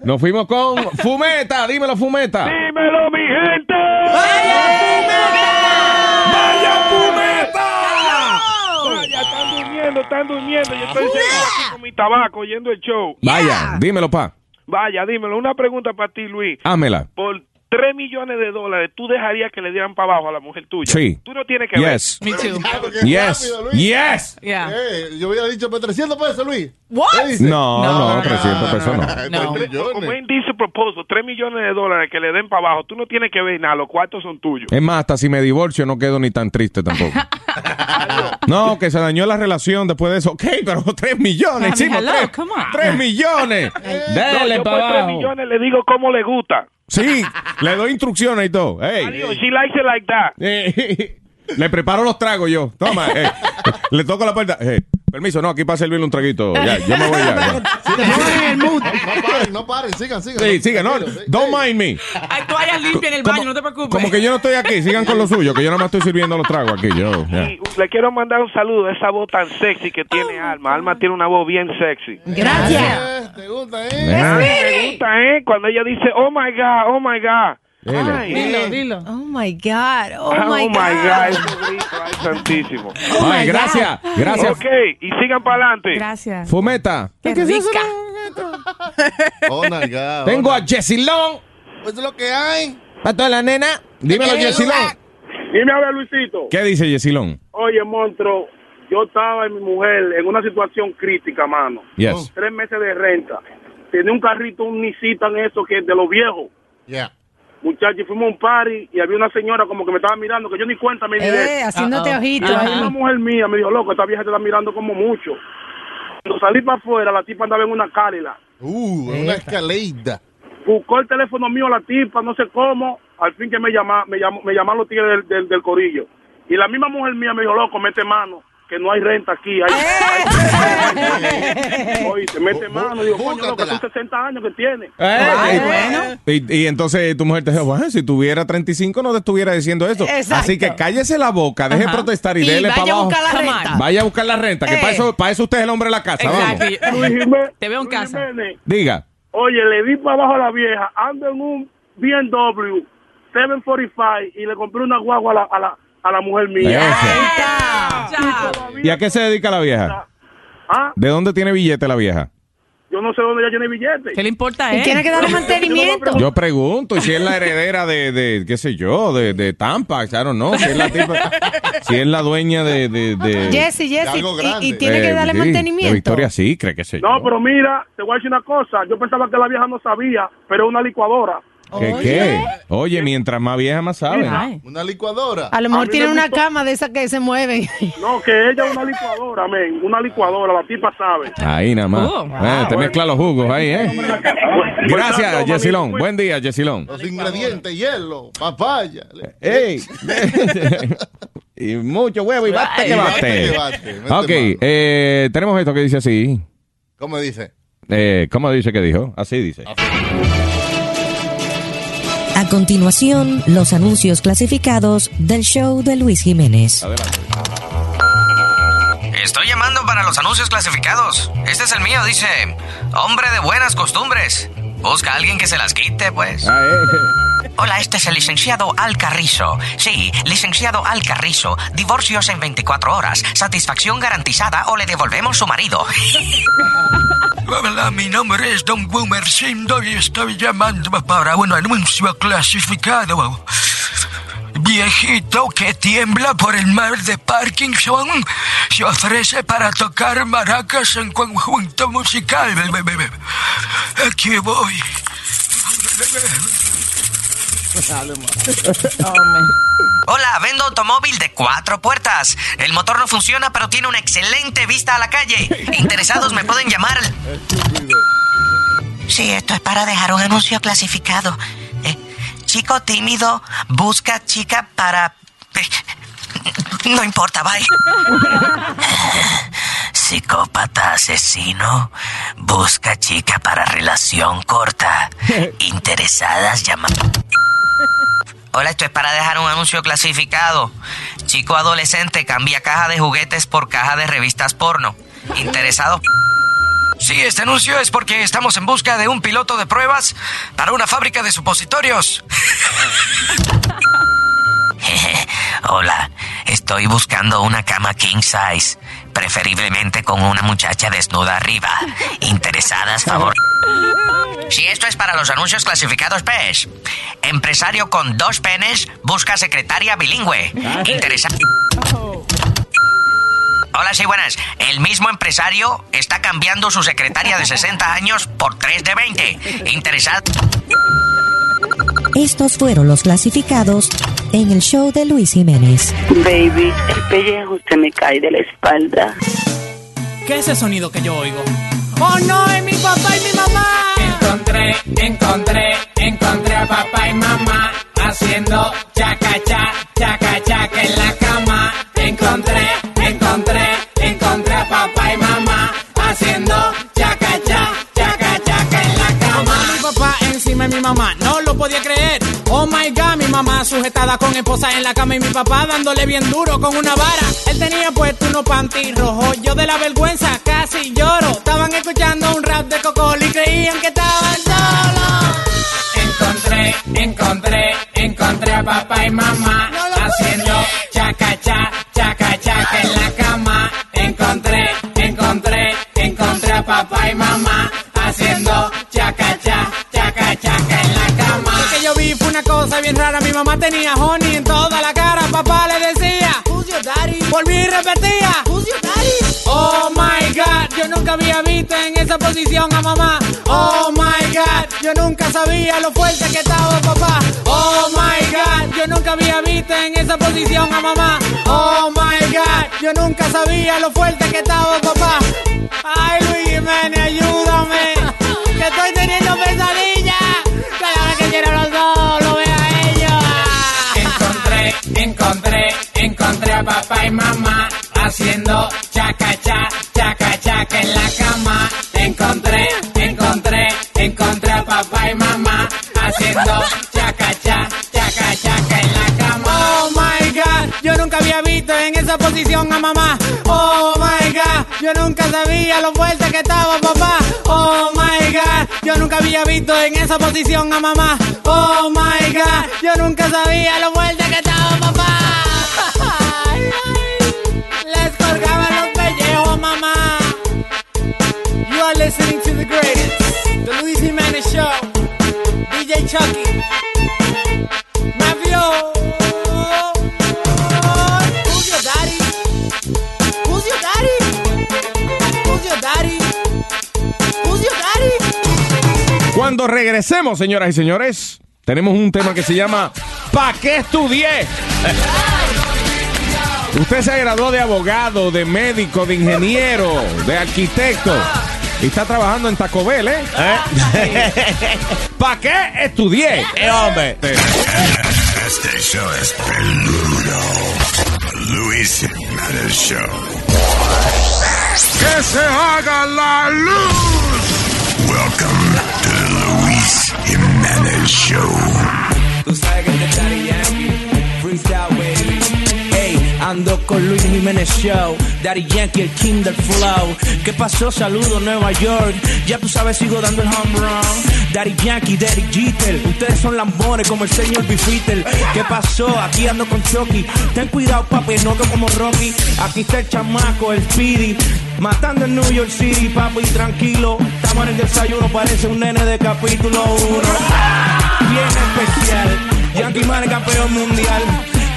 Speaker 6: Nos fuimos con Fumeta, dímelo, Fumeta.
Speaker 17: Dímelo, mi gente.
Speaker 18: Vaya, están durmiendo, están durmiendo. Yo estoy sentado aquí con mi tabaco oyendo el show.
Speaker 6: Vaya, dímelo, pa. Ah,
Speaker 18: Vaya, dímelo. Una pregunta para ti, Luis.
Speaker 6: Hámela.
Speaker 18: Por 3 millones de dólares, tú dejarías que le dieran para abajo a la mujer tuya.
Speaker 6: Sí.
Speaker 18: Tú no tienes que
Speaker 6: Yes.
Speaker 18: ver.
Speaker 6: Me too. Yes. Yes.
Speaker 7: Yeah.
Speaker 10: Eh, yo hubiera dicho, pues 300 pesos, Luis.
Speaker 7: What?
Speaker 6: No, no, 300 pesos no.
Speaker 10: Pues,
Speaker 18: Tres- Como él dice proposal, 3 millones de dólares que le den para abajo, tú no tienes que ver nada, los cuartos son tuyos.
Speaker 6: Es más, hasta si me divorcio no quedo ni tan triste tampoco. no, que se dañó la relación después de eso. Ok, pero 3 millones,
Speaker 18: I mean,
Speaker 6: hicimos
Speaker 18: hello,
Speaker 6: 3,
Speaker 18: come on.
Speaker 6: millones.
Speaker 18: No,
Speaker 6: Dale
Speaker 18: yo por
Speaker 6: para
Speaker 18: 3
Speaker 6: abajo.
Speaker 18: millones le digo cómo le gusta.
Speaker 6: Sí, le doy instrucciones y todo. Hey.
Speaker 18: Adiós, she likes it like that.
Speaker 6: Eh, le preparo los tragos yo. Toma, eh. le toco la puerta. Eh, permiso, no, aquí para servirle un traguito. Ya, yo me voy ya.
Speaker 10: pues, No paren, no paren, sigan, sigan.
Speaker 6: Sí, siga, no, don't mind me.
Speaker 7: Hay toallas limpias en el baño, no te preocupes.
Speaker 6: Como que yo no estoy aquí, sigan con lo suyo, que yo no me estoy sirviendo los tragos aquí. Yo, ya.
Speaker 18: Le quiero mandar un saludo a esa voz tan sexy que tiene Alma. Alma tiene una voz bien sexy.
Speaker 10: Gracias. ¿Te gusta, eh?
Speaker 18: Ah, Me gusta, ¿eh? Cuando ella dice, oh my God, oh my God. Ay,
Speaker 8: Dilo,
Speaker 7: dilo.
Speaker 8: Oh my God. Oh,
Speaker 18: Ah,
Speaker 8: my,
Speaker 18: oh my God,
Speaker 8: God.
Speaker 18: ese grito, ay, santísimo.
Speaker 6: Oh Ay, my gracias, God. gracias.
Speaker 18: Ok, y sigan para adelante. Gracias.
Speaker 6: Fumeta.
Speaker 10: Oh, my God.
Speaker 6: Tengo a Jessilón.
Speaker 10: Pues lo que hay.
Speaker 6: Para toda la nena. Dímelo, Jessilón.
Speaker 18: Dime a ver, Luisito.
Speaker 6: ¿Qué dice Jessilón?
Speaker 18: Oye, monstruo, yo estaba y mi mujer en una situación crítica, mano.
Speaker 6: Yes.
Speaker 18: Tres meses de renta. Tenía un carrito, un Nissan, eso que es de los viejos.
Speaker 10: Yeah.
Speaker 18: Muchachos, fuimos a un party y había una señora como que me estaba mirando, que yo ni cuenta me di
Speaker 8: Eh,
Speaker 18: de-
Speaker 8: haciéndote
Speaker 18: Ah, ah.
Speaker 8: ojito
Speaker 18: Y
Speaker 8: ahí.
Speaker 18: Una mujer mía me dijo, loco, esta vieja te está mirando como mucho. Cuando salí para afuera, la tipa andaba en una cálida.
Speaker 10: Uh, una escalada.
Speaker 18: Buscó el teléfono mío la tipa, no sé cómo. Al fin que me llama, me llamó, me llamaron los tigres del, del, del corillo. Y la misma mujer mía me dijo, loco, mete mano, que no hay renta aquí. Hay,
Speaker 8: Eh.
Speaker 18: hay- Oye, te mete mano. Digo, coño, loco, son 60 años que tiene.
Speaker 6: Eh, Y, y entonces tu mujer te dijo, "Bueno, si tuviera 35 no te estuviera diciendo esto.
Speaker 18: Exacto.
Speaker 6: Así que cállese la boca, deje
Speaker 18: Ajá.
Speaker 6: protestar y,
Speaker 18: Y
Speaker 6: dele
Speaker 18: vaya
Speaker 6: para
Speaker 18: a
Speaker 6: abajo.
Speaker 18: buscar la Come renta. on.
Speaker 6: Vaya a buscar la renta, que
Speaker 18: Eh.
Speaker 6: para eso, para eso usted es el hombre de la casa. Vamos.
Speaker 18: Te veo en casa.
Speaker 6: Diga.
Speaker 18: Oye, le di para abajo a la vieja, ando en un BMW 745 y le compré una guagua a la, a la, a la mujer mía.
Speaker 6: ¿Y a qué se dedica la vieja?
Speaker 18: Ah,
Speaker 6: ¿De dónde tiene billete la vieja?
Speaker 18: yo no sé dónde ella tiene billete. ¿Qué le importa
Speaker 8: Y tiene que darle mantenimiento.
Speaker 18: Oh.
Speaker 6: Yo pregunto, y si es la heredera de, de qué sé yo, de, de Tampa, claro, no, si es la tipa- si es la dueña de... de, de-
Speaker 8: Jesse, Jesse,
Speaker 18: algo
Speaker 8: y, y
Speaker 18: grande.
Speaker 8: tiene que
Speaker 6: eh,
Speaker 8: darle
Speaker 6: sí,
Speaker 8: mantenimiento.
Speaker 6: De Victoria sí, cree que sé yo.
Speaker 18: No, pero mira, te voy a decir una cosa. Yo pensaba que la vieja no sabía, pero es una licuadora.
Speaker 6: ¿Qué, qué? Oye, mientras más vieja, más sabe.
Speaker 10: Una licuadora. Ah,
Speaker 8: A lo mejor
Speaker 18: mí
Speaker 8: tiene
Speaker 18: me
Speaker 8: una
Speaker 18: gustó-
Speaker 8: cama de esas que se mueven.
Speaker 18: No, que ella es una licuadora, men. Una licuadora, la tipa sabe.
Speaker 6: Ahí nada más.
Speaker 18: Oh, wow.
Speaker 6: Eh, te mezcla los jugos ahí, ¿eh? Gracias,
Speaker 10: Bueno,
Speaker 6: Yesilón. Buen día, Yesilón.
Speaker 10: Los ingredientes, hielo, papaya.
Speaker 6: ¡Ey! y mucho huevo y basta que
Speaker 10: Ay,
Speaker 6: bate.
Speaker 10: basta que bate,
Speaker 6: Ok, eh, tenemos esto que dice así.
Speaker 10: ¿Cómo dice?
Speaker 6: Eh, ¿Cómo dice que dijo? Así dice.
Speaker 14: A continuación, los anuncios clasificados del show de Luis Jiménez.
Speaker 19: Estoy llamando para los anuncios clasificados. Este es el mío, dice. Hombre de buenas costumbres. Busca a alguien que se las quite, pues. Hola, este es el licenciado Al Carrizo. Sí, licenciado Al Carrizo. Divorcios en 24 horas. Satisfacción garantizada o le devolvemos su marido.
Speaker 20: Hola, mi nombre es Don Gumercindo y estoy llamando para un anuncio clasificado. Viejito que tiembla por el mal de Parkinson se ofrece para tocar maracas en conjunto musical. Aquí voy.
Speaker 19: Hola, vendo automóvil de cuatro puertas. El motor no funciona, pero tiene una excelente vista a la calle. Interesados me pueden llamar. al- Sí, esto es para dejar un anuncio clasificado. Eh, chico tímido busca chica para... eh, no importa, bye.
Speaker 20: Psicópata asesino busca chica para relación corta.
Speaker 19: Interesadas llaman. Hola, esto es para dejar un anuncio clasificado. Chico adolescente cambia caja de juguetes por caja de revistas porno. Interesado.
Speaker 20: Sí, este anuncio es porque estamos en busca de un piloto de pruebas para una fábrica de supositorios.
Speaker 19: Hola, estoy buscando una cama king size preferiblemente con una muchacha desnuda arriba. Interesadas, favor. Si esto es para los anuncios clasificados PES. Empresario con dos penes busca secretaria bilingüe. Interesante. Hola, sí, buenas. El mismo empresario está cambiando su secretaria de 60 años por 3 de 20. Interesado.
Speaker 14: Estos fueron los clasificados en el show de Luis Jiménez.
Speaker 21: Baby, el pellejo se me cae de la espalda.
Speaker 7: ¿Qué es ese sonido que yo oigo? ¡Oh, no! ¡Es mi papá y mi mamá!
Speaker 22: Encontré, encontré, encontré a papá y mamá haciendo chaca, cha, chaca, chaca en la cama. Encontré, encontré, encontré a papá y mamá haciendo chaca, cha, chaca, chaca en la cama.
Speaker 7: Mi papá encima de mi mamá, no lo podía creer. Oh my god, mi mamá sujetada con esposa en la cama y mi papá dándole bien duro con una vara. Él tenía puesto unos panty rojos, yo de la vergüenza casi lloro. Estaban escuchando un rap de Cocol y creían que estaban solos.
Speaker 22: Encontré, encontré, encontré a papá y mamá haciendo chaca, cha, chaca, chaca en la cama. Encontré, encontré, encontré a papá y mamá haciendo chaca, cha, chaca, chaca en la cama.
Speaker 7: Lo que yo vi fue una cosa bien rara, mi mamá tenía honey en toda la cara, papá le decía, Who's your daddy? Volví y repetía, Who's your daddy? Oh my god, yo nunca había visto en esa posición a mamá. Oh my god, yo nunca sabía lo fuerte que estaba papá. Oh my god, yo nunca había visto en esa posición a mamá. Oh my god, yo nunca sabía lo fuerte que estaba papá. Ay Luis Jiménez, ayúdame, que estoy teniendo pesadillas. Cada vez que quiero los dos, lo veo a ellos.
Speaker 22: Encontré, encontré, encontré a papá y mamá haciendo chaca, cha, chaca, chaca en la cama. Encontré, encontré, encontré a papá y mamá haciendo chaca, cha, chaca, chaca en la cama.
Speaker 7: Oh my god, yo nunca había visto en esa posición a mamá. Oh my god, yo nunca sabía lo fuerte que estaba papá. Oh my god, yo nunca había visto en esa posición a mamá. Oh my god, yo nunca sabía lo fuerte que estaba papá. Ay, ay. Les colgaban los pellejos a mamá. You are listening to the greatest, the Luis Jimenez Show, DJ Chucky. Mafio. Who's your daddy? Who's your daddy? Who's your daddy? Who's your daddy?
Speaker 6: Cuando regresemos, señoras y señores, tenemos un tema que se llama ¿Pa qué estudié? Usted se graduó de abogado, de médico, de ingeniero, de arquitecto. Y está trabajando en Taco Bell, ¿eh? ¿Para qué estudié? Eh, hombre.
Speaker 2: Este show es peludo. Luis Jiménez Show.
Speaker 4: ¡Que se haga la luz!
Speaker 2: Welcome to the Luis Jiménez Show.
Speaker 23: Tú sabes que te estaría freestyle, baby. Ey, ando con Luis Jiménez Show, Daddy Yankee, el king del flow. ¿Qué pasó? Saludo Nueva York. Ya tú sabes, sigo dando el home run. Daddy Yankee, Daddy Jeter. Ustedes son lambones como el señor Bifitel. ¿Qué pasó? Aquí ando con Chucky. Ten cuidado, papi, no que como Rocky. Aquí está el chamaco, el Speedy. Matando en New York City, papi, tranquilo. Estamos en el desayuno, parece un nene de capítulo 1 bien especial. Yankee Man es campeón mundial.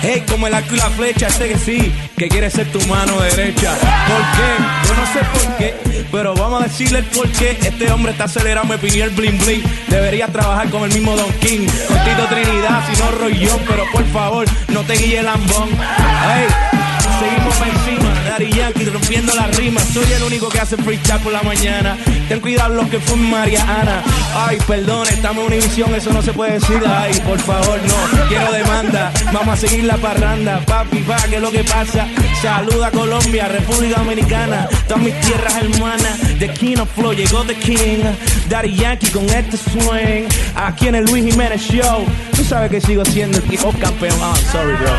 Speaker 23: Hey, como el arco y la flecha, sé que sí, que quiere ser tu mano derecha. ¿Por qué? Yo no sé por qué, pero vamos a decirle el por qué. Este hombre está acelerado, me pidió el bling bling. Debería trabajar con el mismo Don King, con Tito Trinidad, si no Roy John, pero por favor, no te guíe el lambón. Hey, seguimos para encima. Daddy Yankee rompiendo la rima. Soy el único que hace freestyle por la mañana. Ten cuidado los que fue Mariana. Ay, perdón, estamos en Univisión, eso no se puede decir. Ay, por favor, no. Quiero demanda. Vamos a seguir la parranda. Papi, pa, que es lo que pasa. Saluda a Colombia, República Dominicana. Todas mis tierras hermanas. The King of Flow, llegó The King. Daddy Yankee con este swing. Aquí en el Luis Jiménez Show. Tú sabes que sigo siendo el hip hop campeón. Ah, sorry, bro.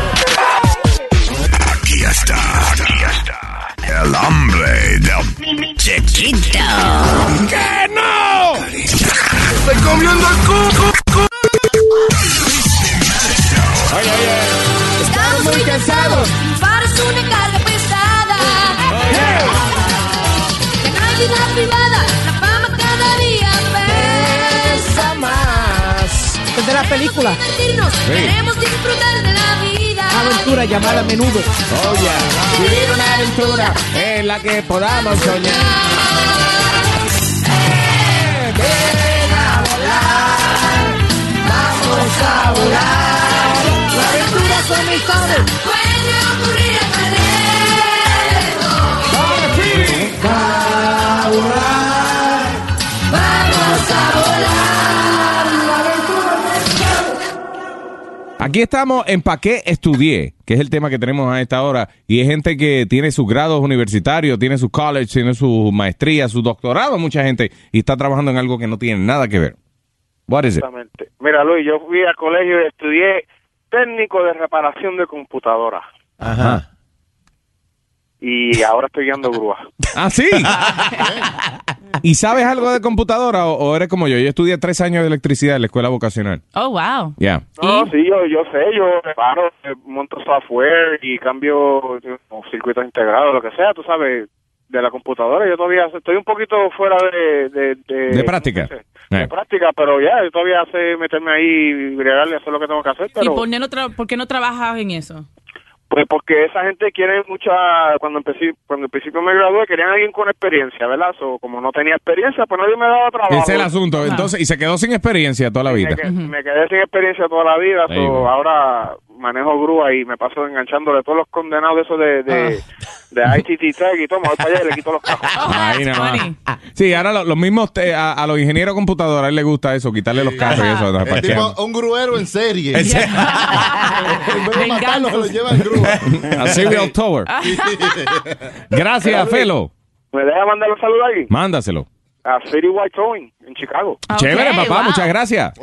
Speaker 2: Aquí está. Aquí está. El hombre del chiquito.
Speaker 4: ¡Que no! ¡Estoy comiendo el cuco!
Speaker 24: Estamos muy cansados. Para es una carga pesada.
Speaker 13: película.
Speaker 1: divertirnos,
Speaker 13: Sí.
Speaker 1: queremos disfrutar de la vida.
Speaker 13: Aventura llamada a menudo.
Speaker 1: Oye,
Speaker 7: Oh,
Speaker 13: Vivir una aventura en la que podamos soñar.
Speaker 22: Vamos a volar. La aventura con mis padres. Puede ocurrir a perder. Vamos a volar. Vamos a volar. La aventura
Speaker 6: Aquí estamos en Pa' qué estudié, que es el tema que tenemos a esta hora. Y es gente que tiene sus grados universitarios, tiene sus college, tiene su maestría, su doctorado, mucha gente, y está trabajando en algo que no tiene nada que ver. What is it?
Speaker 24: Exactamente. Mira, Luis, yo fui al colegio y estudié técnico de reparación de computadoras.
Speaker 6: Ajá.
Speaker 24: Y ahora estoy guiando grúa.
Speaker 6: ¿Ah, sí? ¿Y sabes algo de computadora o, o eres como yo? Yo estudié tres años de electricidad en la escuela vocacional.
Speaker 12: Oh, wow.
Speaker 6: Ya.
Speaker 24: No, sí, yo, yo sé, yo reparo, eh, monto software y cambio eh, circuitos integrados, lo que sea, tú sabes, de la computadora. Yo todavía estoy un poquito fuera de... De, de-
Speaker 6: De práctica.
Speaker 24: no sé,
Speaker 6: Eh.
Speaker 24: de práctica, pero ya, yo todavía sé meterme ahí y bregarle, hacer lo que tengo que hacer,
Speaker 12: ¿Y
Speaker 24: pero...
Speaker 12: por qué, no tra- por qué no trabajas en eso?
Speaker 24: Pues porque esa gente quiere mucha, cuando empecé, cuando al principio me gradué, querían a alguien con experiencia, ¿verdad? So, como no tenía experiencia, pues nadie me daba trabajo.
Speaker 6: Ese es el asunto. Entonces, y se quedó sin experiencia toda la
Speaker 24: me,
Speaker 6: vida.
Speaker 24: que- me quedé sin experiencia toda la vida, so,
Speaker 6: Ahí va.
Speaker 24: ahora manejo grúa y me paso enganchándole todos los condenados esos de, de,
Speaker 6: Ah.
Speaker 24: de ITT Tech y todo, me voy para allá y le quito los cajos.
Speaker 6: Ahí nada más. Ah, Sí, ahora lo- los mismos te- a, a los ingenieros computadores a él les gusta eso, quitarle los carros y eso.
Speaker 10: El
Speaker 6: parchean.
Speaker 10: tipo, un gruero en serie.
Speaker 6: En serie.
Speaker 10: en vez de matarlo, se lo lleva en grúa.
Speaker 6: A serial tower. Gracias, Felo.
Speaker 24: ¿Me deja mandar un saludo a alguien?
Speaker 6: Mándaselo.
Speaker 24: A City White Towing, en Chicago.
Speaker 6: Chévere, papá. Muchas gracias.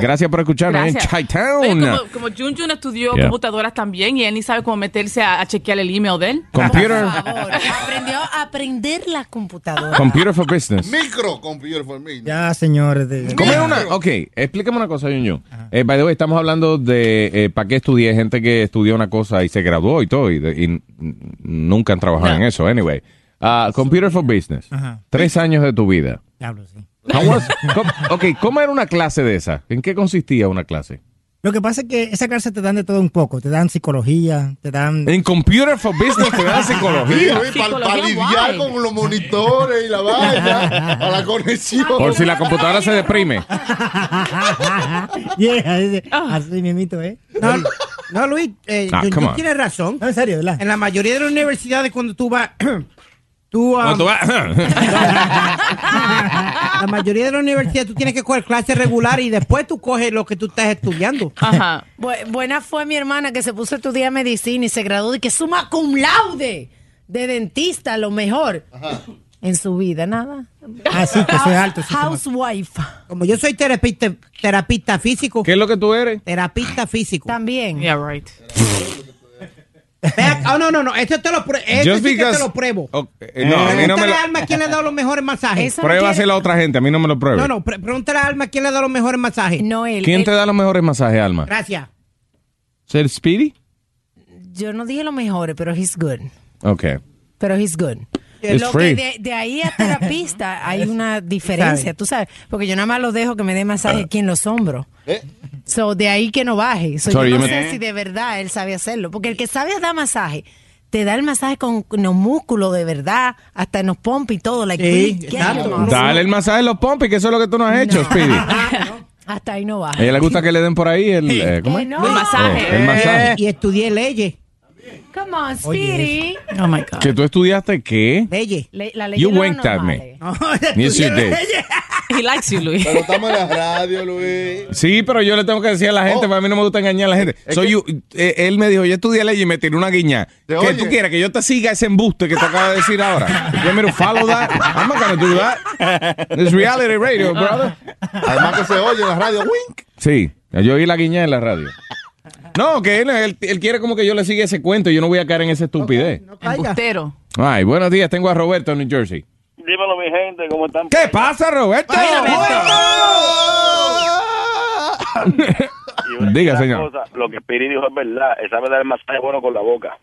Speaker 6: Gracias por escucharnos
Speaker 12: Gracias.
Speaker 6: en
Speaker 12: Oye,
Speaker 6: Chi-Town.
Speaker 12: como, como Jun Jun estudió
Speaker 6: Yeah.
Speaker 12: computadoras también y él ni sabe cómo meterse a, a chequear el email de él.
Speaker 6: Computer,
Speaker 8: Aprendió a aprender la computadora.
Speaker 6: computer for business.
Speaker 10: Micro computer for me.
Speaker 13: Ya, señores. De...
Speaker 6: ¿Cómo es una? Ok, explícame una cosa, Jun Jun. Eh, by the way, estamos hablando de eh, para qué estudié, gente que estudió una cosa y se graduó y todo, y, de- y n- nunca han trabajado en eso. Anyway, Ah, Computer for Business.
Speaker 13: Ajá.
Speaker 6: Tres años de tu vida.
Speaker 13: Diablo, sí.
Speaker 6: How was- com- ok, ¿cómo era una clase de esa? ¿En qué consistía una clase?
Speaker 13: Lo que pasa es que esa clase te dan de todo un poco. Te dan psicología, te dan...
Speaker 6: En Computer for Business te dan psicología.
Speaker 10: Para
Speaker 13: Psicología
Speaker 10: lidiar con los monitores y la vaina, a la conexión.
Speaker 6: Por si la computadora se deprime.
Speaker 13: Yeah, ese- así mismito, ¿eh? No, no Luis, eh,
Speaker 6: Ah,
Speaker 13: tú-
Speaker 6: come
Speaker 13: tú
Speaker 6: on.
Speaker 13: tienes razón. en serio, ¿verdad? En la mayoría de las universidades cuando tú vas... tú, um,
Speaker 6: Cuando tú vas-
Speaker 13: La mayoría de las universidades tú tienes que coger clases regulares y después tú coges lo que tú estás estudiando.
Speaker 12: Ajá.
Speaker 8: Bu- buena fue mi hermana que se puso a estudiar medicina y se graduó y que suma cum laude de dentista, lo mejor. En su vida, nada.
Speaker 13: Así que soy alto. Ah, sí,
Speaker 8: Housewife.
Speaker 13: Como yo soy terapista, terapista físico.
Speaker 6: ¿Qué es lo que tú eres?
Speaker 13: Terapista físico.
Speaker 8: También.
Speaker 12: Yeah, right.
Speaker 13: Ah, no, no, no. Esto te lo, prue- esto
Speaker 6: Just
Speaker 13: Este sí que
Speaker 6: because-
Speaker 13: te lo pruebo.
Speaker 6: Ok, eh, no, a mí no me
Speaker 13: Pregúntale
Speaker 6: lo...
Speaker 13: a Alma quién le ha dado los mejores masajes.
Speaker 6: Pruébaselo a otra gente, a mí no me lo pruebes.
Speaker 13: No, no. pre- pregúntale a Alma quién le ha dado los mejores masajes.
Speaker 8: No, él.
Speaker 6: ¿Quién te da los mejores masajes, Alma?
Speaker 13: Gracias.
Speaker 6: ¿Ser Speedy?
Speaker 8: Yo no dije lo mejor, pero he's good.
Speaker 6: Ok.
Speaker 8: Pero he's good.
Speaker 6: It's
Speaker 8: Lo
Speaker 6: free.
Speaker 8: que de, de ahí a terapista hay una diferencia, tú sabes, porque yo nada más lo dejo que me dé masaje aquí en los hombros. So, de ahí que no baje. So,
Speaker 6: Sorry,
Speaker 8: yo no
Speaker 6: yo me-
Speaker 8: sé si de verdad él sabe hacerlo, porque el que sabe dar masaje, te da el masaje con los músculos de verdad, hasta en los pompis y todo. Like,
Speaker 6: Sí,
Speaker 8: please, get him off.
Speaker 6: Dale el masaje a los pompis, que eso es lo que tú no has hecho, Speedy.
Speaker 8: Ah, Hasta ahí no
Speaker 6: A
Speaker 8: baja.
Speaker 6: ella le gusta que le den por ahí el... eh, ¿Cómo es?
Speaker 8: El masaje.
Speaker 6: Eh, el masaje.
Speaker 13: Y estudié leyes.
Speaker 8: Come on,
Speaker 13: Oye,
Speaker 8: Speedy.
Speaker 12: Oh, my God.
Speaker 6: ¿Que tú estudiaste qué?
Speaker 13: Leyes.
Speaker 8: Le- la ley
Speaker 6: You
Speaker 8: de lo
Speaker 6: winked at
Speaker 8: normal.
Speaker 6: me. Yes, you did.
Speaker 12: He likes you, Luis.
Speaker 10: Pero estamos en la radio, Luis.
Speaker 6: Sí, pero yo le tengo que decir a
Speaker 10: Oh.
Speaker 6: la gente, para mí no me gusta engañar a la gente. Soy yo- eh, él me dijo, yo estudié ley y me tiró una guiña. ¿Qué
Speaker 10: oye?
Speaker 6: tú quieres? Que yo te siga ese embuste que te acabo de decir ahora. Yo miro, follow that. I'm not gonna do that. It's reality radio, brother.
Speaker 10: Ah. Además que se oye en la radio. Wink.
Speaker 6: Sí, yo oí la guiña en la radio. No, que él, él- él quiere como que yo le siga ese cuento y yo no voy a caer en esa estupidez.
Speaker 12: Embustero.
Speaker 6: Ay, buenos días, tengo a Roberto en New Jersey.
Speaker 25: Dímelo, mi gente, ¿cómo están?
Speaker 6: ¿Qué pasa, Roberto?
Speaker 25: Y una
Speaker 6: Diga,
Speaker 25: de las
Speaker 6: señor.
Speaker 25: cosas, lo que Piri dijo es verdad. Él sabe dar el masaje bueno con la boca.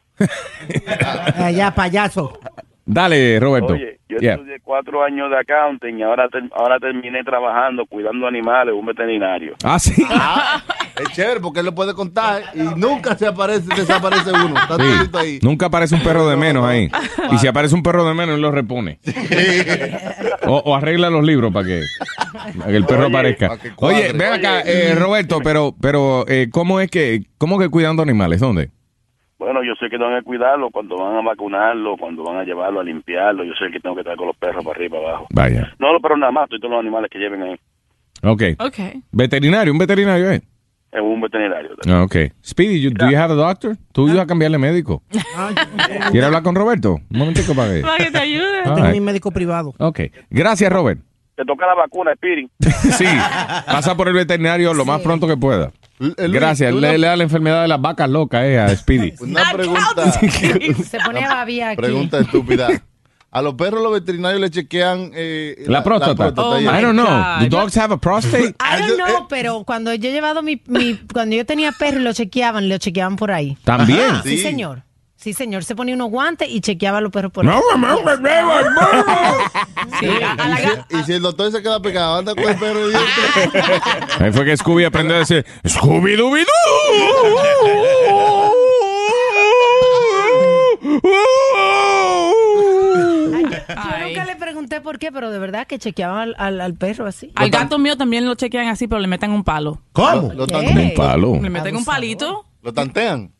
Speaker 13: Allá, payaso.
Speaker 6: Dale, Roberto.
Speaker 25: Oye, yo
Speaker 6: Yeah.
Speaker 25: estudié cuatro años de accounting y ahora, ter- ahora terminé trabajando cuidando animales, un veterinario.
Speaker 6: Ah, sí.
Speaker 10: es chévere porque él lo puede contar y nunca se aparece, desaparece uno. Está
Speaker 6: Sí.
Speaker 10: todito ahí.
Speaker 6: Nunca aparece un perro de menos ahí. Y si aparece un perro de menos, él lo repone. O, o arregla los libros para que, para que el perro
Speaker 2: Oye,
Speaker 6: aparezca.
Speaker 2: para que cuadre.
Speaker 6: Oye, ven acá,
Speaker 2: Oye,
Speaker 6: eh, Roberto, pero, pero eh, ¿cómo es que cómo que cuidando animales? ¿Dónde?
Speaker 25: Bueno, yo sé que tengo que cuidarlo cuando van a vacunarlo, cuando van a llevarlo a limpiarlo. Yo sé que tengo que estar con los perros para arriba y para abajo.
Speaker 6: Vaya.
Speaker 25: No los perros nada más, estoy todos los animales que lleven ahí.
Speaker 6: Ok. Veterinario, un veterinario, ¿eh?
Speaker 25: Es un veterinario.
Speaker 6: Ah, ok. Speedy, you, do you have a doctor? Tú ibas a cambiarle médico. ¿Quieres hablar con Roberto? Un momentico para que...
Speaker 25: que te ayude.
Speaker 13: Tengo mi médico privado.
Speaker 6: Ok. Gracias, Robert.
Speaker 25: Te toca la vacuna, Spirit.
Speaker 6: Sí, pasa por el veterinario lo más pronto que pueda.
Speaker 10: Luis,
Speaker 6: Gracias.
Speaker 10: tú
Speaker 6: Le,
Speaker 10: no-
Speaker 6: le da la enfermedad de las vacas locas eh, a Speedy.
Speaker 10: Una pregunta.
Speaker 8: Se pone a babiar aquí.
Speaker 10: Pregunta estúpida. A los perros los veterinarios le chequean eh,
Speaker 6: La próstata. Oh
Speaker 10: ya.
Speaker 6: I don't know. Do dogs have a prostate?
Speaker 8: I don't
Speaker 10: eh.
Speaker 8: know, pero cuando yo he llevado mi, mi- cuando yo tenía perro y lo chequeaban, lo chequeaban por ahí. Ah,
Speaker 6: También.
Speaker 8: Sí,
Speaker 6: Sí.
Speaker 8: señor. Sí, señor. Se ponía unos guantes y chequeaba a los perros por
Speaker 6: No,
Speaker 8: ahí.
Speaker 6: mamá,
Speaker 8: Sí, a- a la
Speaker 10: Y si- Y si el doctor se queda pegado, anda con el perro y
Speaker 6: Ahí fue que Scooby aprendió a decir Scooby Dooby
Speaker 8: Yo nunca le pregunté por qué, pero de verdad que chequeaban al, al- al perro así.
Speaker 12: Al gato mío también lo chequean así, pero le meten un palo.
Speaker 10: ¿Cómo?
Speaker 8: ¿Qué?
Speaker 6: Un palo.
Speaker 12: Le meten un palito.
Speaker 10: Lo tantean.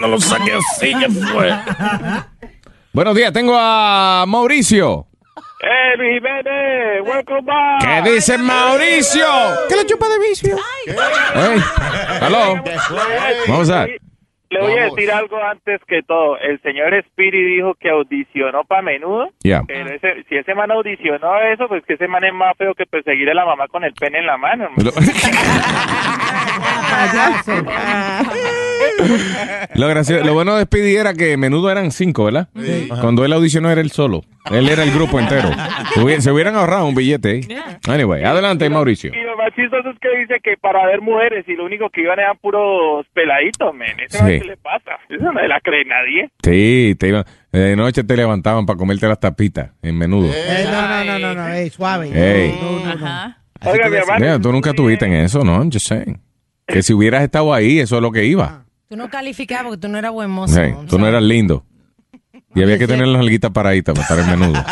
Speaker 6: No lo saqué así que fue. Buenos días, tengo a Mauricio.
Speaker 25: ¡Eh, mi Jiménez! ¡Welcome back!
Speaker 6: ¿Qué dice Mauricio? ¿Qué le chupa de vicio? Hey, hello. Vamos a ver.
Speaker 3: Le voy a decir algo antes que todo. El señor Spiri dijo que audicionó para menudo.
Speaker 6: Yeah.
Speaker 3: Pero ese- si ese man audicionó eso, pues que ese man es más feo que perseguir a la mamá con el pene en la mano. hermano.
Speaker 6: Lo, gracio- lo bueno de Speedy era que menudo eran cinco, ¿verdad? Cuando él audicionó era él solo. Él era el grupo entero. Hubi- Se hubieran ahorrado un billete. ¿eh? Anyway, adelante, Mauricio.
Speaker 3: Y lo más chistoso es que dice que para ver mujeres y lo único que iban eran puros peladitos, men. Eso
Speaker 6: Sí.
Speaker 3: no es que le pasa. Eso no se la cree nadie.
Speaker 6: Sí, te iban- de noche te levantaban para comerte las tapitas en menudo.
Speaker 13: Eh, no, no, no, no, no, ey, suave.
Speaker 6: Ey.
Speaker 13: No, no, no.
Speaker 3: Oiga, mi hermano,
Speaker 6: Mira, tú nunca estuviste en eso, ¿no? I'm just saying. Que si hubieras estado ahí, eso es lo que iba.
Speaker 8: Tú no calificabas porque tú no eras buen mozo.
Speaker 6: Sí, tú no eras lindo. Y había que tener las alguitas paraditas para estar en menudo.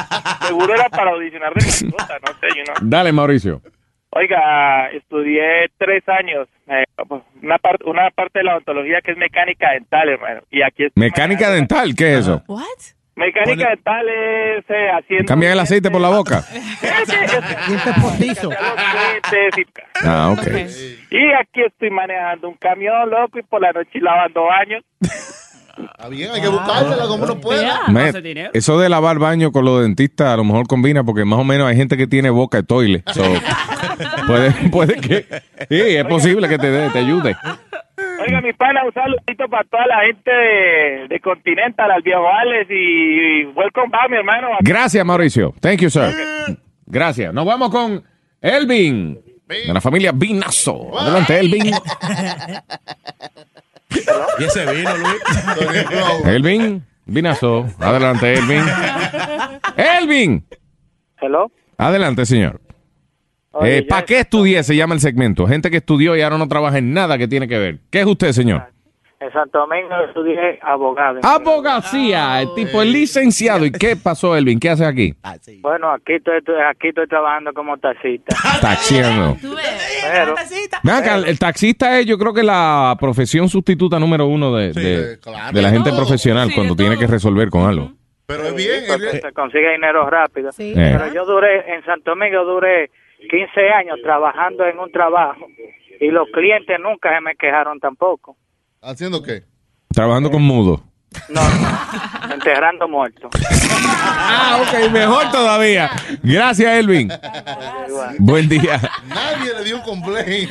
Speaker 3: seguro era para audicionar de mascota, no sé, yo no.
Speaker 6: Dale, Mauricio.
Speaker 3: Oiga, estudié tres años, eh, una, parte una parte de la odontología que es mecánica dental, hermano. Y aquí es
Speaker 6: Mecánica dental, ¿qué es eso?
Speaker 3: mecánica dental es eh, haciendo
Speaker 6: Cambian el aceite por la boca.
Speaker 3: dientes y
Speaker 6: Ah, ok.
Speaker 3: Y aquí estoy manejando un camión, loco, y por la noche lavando baños.
Speaker 10: Está Ah, bien, hay que buscársela como uno pueda.
Speaker 6: Me- eso de lavar baño con los dentistas a lo mejor combina porque más o menos hay gente que tiene boca de toile. So, puede, puede que... Sí, es posible que te, dé- te ayude.
Speaker 3: Oiga, mi pana, un saludito para toda la gente de, de Continental, al viejo Alex, y, y welcome back, mi hermano.
Speaker 6: Gracias, Mauricio. Thank you, sir. Gracias. Nos vamos con Elvin, de la familia Vinazo. Adelante, Elvin.
Speaker 5: Y ese vino, Luis.
Speaker 6: Elvin, Vinazo. Adelante, Elvin. Elvin.
Speaker 3: Hello.
Speaker 6: Adelante, señor. Eh,
Speaker 3: Oye, ya-
Speaker 6: ¿Para qué estudié? Se llama el segmento. Gente que estudió y ahora no trabaja en nada que tiene que ver. ¿Qué es usted, señor?
Speaker 3: En Santo Domingo estudié abogado.
Speaker 6: Abogacía. El tipo es licenciado. ¿Y qué pasó, Elvin? ¿Qué haces aquí?
Speaker 3: Bueno, aquí estoy, estoy- aquí estoy trabajando como taxista.
Speaker 6: Taxiano.
Speaker 3: Pero,
Speaker 6: Ven acá, el taxista es, yo creo que la profesión sustituta número uno de, de- de la gente profesional cuando tiene que resolver con algo.
Speaker 3: pero es bien. se consigue dinero rápido.
Speaker 6: Eh.
Speaker 3: Pero yo duré, en Santo Domingo duré 15 años trabajando en un trabajo y los clientes nunca se me quejaron tampoco.
Speaker 10: ¿Haciendo qué?
Speaker 6: Trabajando con mudo.
Speaker 3: No, no, enterrando muertos.
Speaker 6: Ah, ok, mejor todavía. Gracias, Elvin. Buen día.
Speaker 10: Nadie le dio un complaint.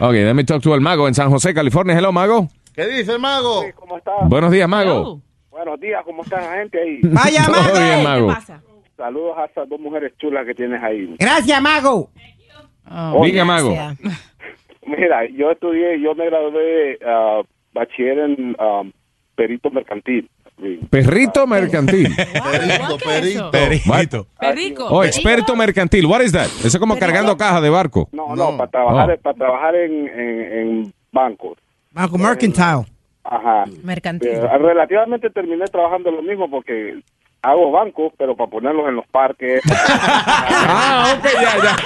Speaker 6: Ok, let me talk to el mago en San José, California. Hello, mago.
Speaker 10: ¿Qué dice el mago?
Speaker 3: ¿Cómo está?
Speaker 6: Buenos días, mago.
Speaker 3: Buenos días, ¿cómo está la gente ahí?
Speaker 6: Todo bien, mago.
Speaker 3: Saludos a esas dos mujeres chulas que tienes ahí.
Speaker 13: Gracias, mago.
Speaker 8: Oh,
Speaker 6: Diga, mago.
Speaker 9: Mira, yo estudié, yo me gradué ah, bachiller en ah, perito mercantil.
Speaker 6: Perrito mercantil.
Speaker 10: Perito, perito.
Speaker 6: What?
Speaker 12: Perrico.
Speaker 6: Oh, experto mercantil. What is that? Eso es como cargando cajas de barco.
Speaker 9: No, no, para trabajar, para trabajar en, en, en bancos.
Speaker 13: Marco Mercantile.
Speaker 9: Ajá.
Speaker 8: Mercantil.
Speaker 9: Eh, relativamente terminé trabajando lo mismo porque hago bancos, pero para ponerlos en los parques.
Speaker 6: ah, ok, ya,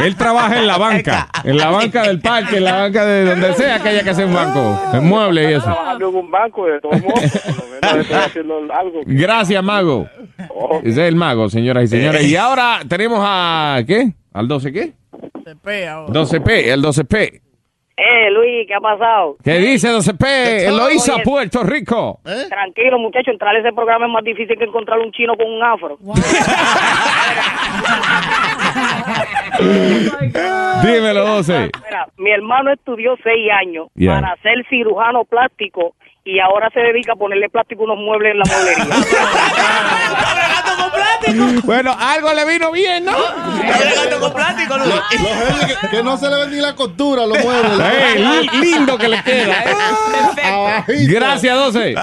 Speaker 6: ya. Él trabaja en la banca. En la banca del parque, en la banca de donde sea aquella que hace un banco. En mueble y eso.
Speaker 9: Trabajando en un banco, de todos modos, por lo menos estoy haciendo algo.
Speaker 6: Gracias, mago. Ese es el mago, señoras y señores. Y ahora tenemos a. ¿Qué? ¿Al 12 qué? oh. 12P, el 12P.
Speaker 15: Eh, Luis, ¿qué ha pasado?
Speaker 6: ¿Qué dice 12P? Eloisa,
Speaker 15: Oye,
Speaker 6: Puerto Rico.
Speaker 15: Tranquilo, muchacho, entrar a ese programa es más difícil que encontrar un chino con un afro.
Speaker 6: Dímelo, 12.
Speaker 15: Mira, mi hermano estudió seis años
Speaker 6: Ya.
Speaker 15: para ser cirujano plástico y ahora se dedica a ponerle plástico a unos muebles en la mueblería.
Speaker 6: Bueno, algo le vino bien, ¿no?
Speaker 10: Los Henry, que, que no se le ven ni la costura, lo mueven.
Speaker 6: Ey, li- lindo que le queda, ¿eh? Gracias, 12.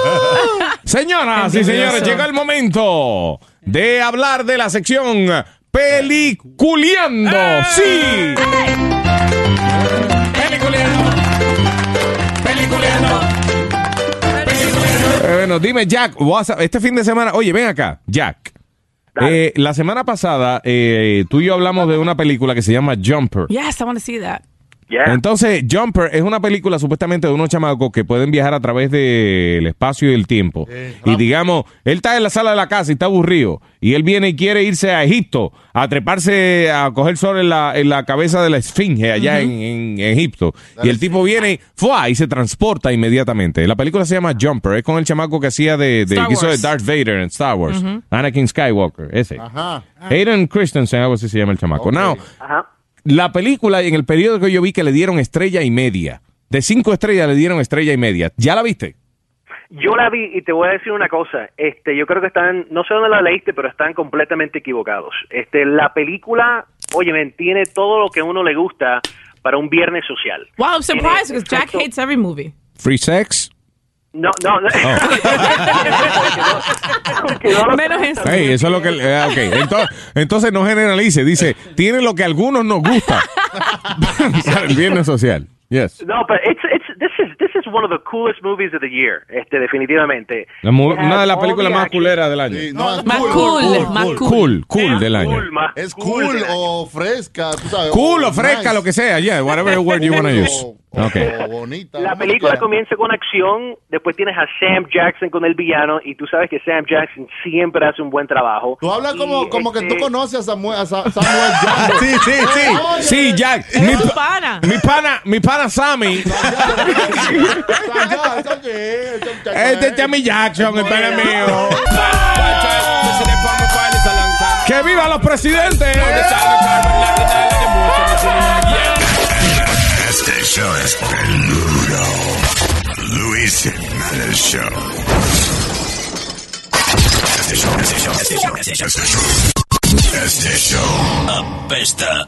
Speaker 6: Señoras y señores, llega el momento de hablar de la sección Peliculeando. ¡Sí! Eh, bueno, dime, Jack, what's up? este fin de semana, oye, ven acá, Jack. Eh, la semana pasada, eh, tú y yo hablamos de una película que se llama Jumper.
Speaker 12: Yes, I want to see that.
Speaker 6: Entonces, Jumper es una película supuestamente de unos chamacos que pueden viajar a través del espacio y el tiempo. y digamos, él está en la sala de la casa y está aburrido. Y él viene y quiere irse a Egipto, a treparse, a coger sol en la, en la cabeza de la esfinge allá en- en, Egipto. Y el tipo viene ¡fua! y se transporta inmediatamente. La película se llama Jumper. Es con el chamaco que hacía de, de,
Speaker 2: Star
Speaker 6: que hizo de
Speaker 2: Wars.
Speaker 6: Darth Vader en Star Wars.
Speaker 2: Ujú.
Speaker 6: Anakin Skywalker, ese.
Speaker 2: Ajá.
Speaker 6: Hayden Christensen, algo así se llama el chamaco. Now, la película en el periódico yo vi que le dieron estrella y media. De cinco estrellas le dieron estrella y media. ¿Ya la viste?
Speaker 16: Yo la vi y te voy a decir una cosa. Este, yo creo que están, no sé dónde la leíste, pero están completamente equivocados. Este, la película, oye, men, tiene todo lo que a uno le gusta para un viernes social.
Speaker 12: Wow, I'm surprised
Speaker 16: Tiene
Speaker 12: because Jack
Speaker 16: efecto-
Speaker 12: hates every movie.
Speaker 6: Free sex.
Speaker 16: No, no, no.
Speaker 12: Menos este. eso.
Speaker 6: Ey, eso es lo que... eh, ok. Ento- Entonces, no generalice. Dice, tiene lo que a algunos nos gusta. el viernes social. Yes.
Speaker 16: No, but it's it's this is this is one of the coolest movies of the year. Este, definitivamente.
Speaker 6: La mu-
Speaker 16: It has
Speaker 6: una de las
Speaker 16: all
Speaker 6: películas
Speaker 16: the
Speaker 6: más
Speaker 16: action.
Speaker 6: culeras del año.
Speaker 16: Más cool, más
Speaker 6: cool. Cool, cool del año.
Speaker 10: Es cool o fresca, tú sabes.
Speaker 6: Cool o
Speaker 10: nice.
Speaker 6: fresca, lo que sea. Yeah, whatever word you want to use. Okay.
Speaker 16: La película comienza con acción, después tienes a Sam Jackson con el villano y tú sabes que Sam Jackson siempre hace un buen trabajo.
Speaker 10: Tú hablas como,
Speaker 16: Y,
Speaker 10: como que
Speaker 16: este,
Speaker 10: tú conoces a Samuel, a Sa- Samuel Jackson.
Speaker 6: Ah, Sí, sí, sí.
Speaker 10: Oye,
Speaker 6: Sí, Jack. Mi, pana. Mi pana, mi pana Sammy. este es Sammy Jackson, el pana mío. ¡Que viva los presidentes!
Speaker 2: Este show es peludo. Luis Jiménez Show. Este show, este show, este show, este show, este show. Este show apesta.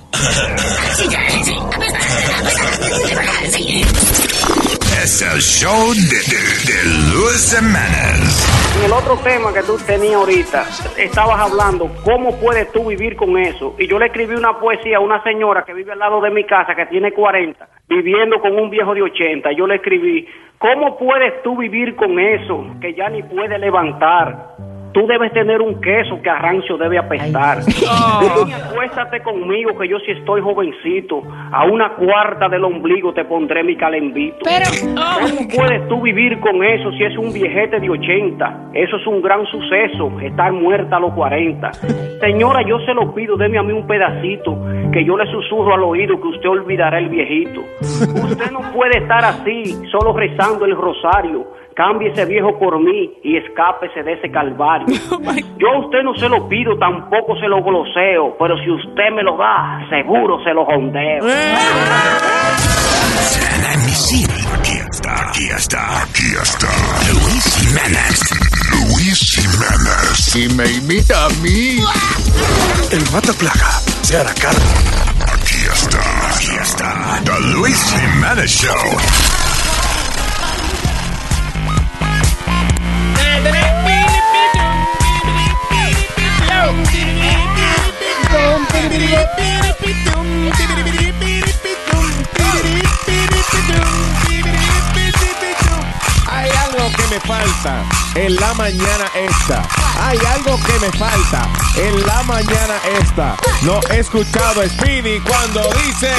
Speaker 2: Es el show de, de, de Luis Jiménez.
Speaker 15: En el otro tema que tú tenías ahorita, estabas hablando, ¿cómo puedes tú vivir con eso? Y yo le escribí una poesía a una señora que vive al lado de mi casa, que tiene 40, viviendo con un viejo de 80. Yo le escribí, ¿cómo puedes tú vivir con eso? Que ya ni puede levantar. Tú debes tener un queso que a rancio debe apestar. Niña, acuéstate conmigo, que yo si estoy jovencito, a una cuarta del ombligo te pondré mi calembito.
Speaker 1: Pero-
Speaker 15: ¿Cómo puedes tú vivir con eso si es un viejete de 80? Eso es un gran suceso, estar muerta a los 40. Señora, yo se lo pido, deme a mí un pedacito, que yo le susurro al oído que usted olvidará el viejito. Usted no puede estar así, solo rezando el rosario. Cambie ese viejo por mí y escápese de ese calvario. Yo a usted no se lo pido, tampoco se lo gloseo, pero si usted me lo da, seguro se lo jondeo.
Speaker 2: Inadmisible. Aquí está, aquí está, aquí está. Luis Jiménez. Luis Jiménez. Y me imita a mí. El mata plaga se hará cargo. Aquí está, aquí está. The Luis Jiménez Show.
Speaker 17: me falta en la mañana esta. Hay algo que me falta en la mañana esta. No he escuchado a Speedy cuando dice.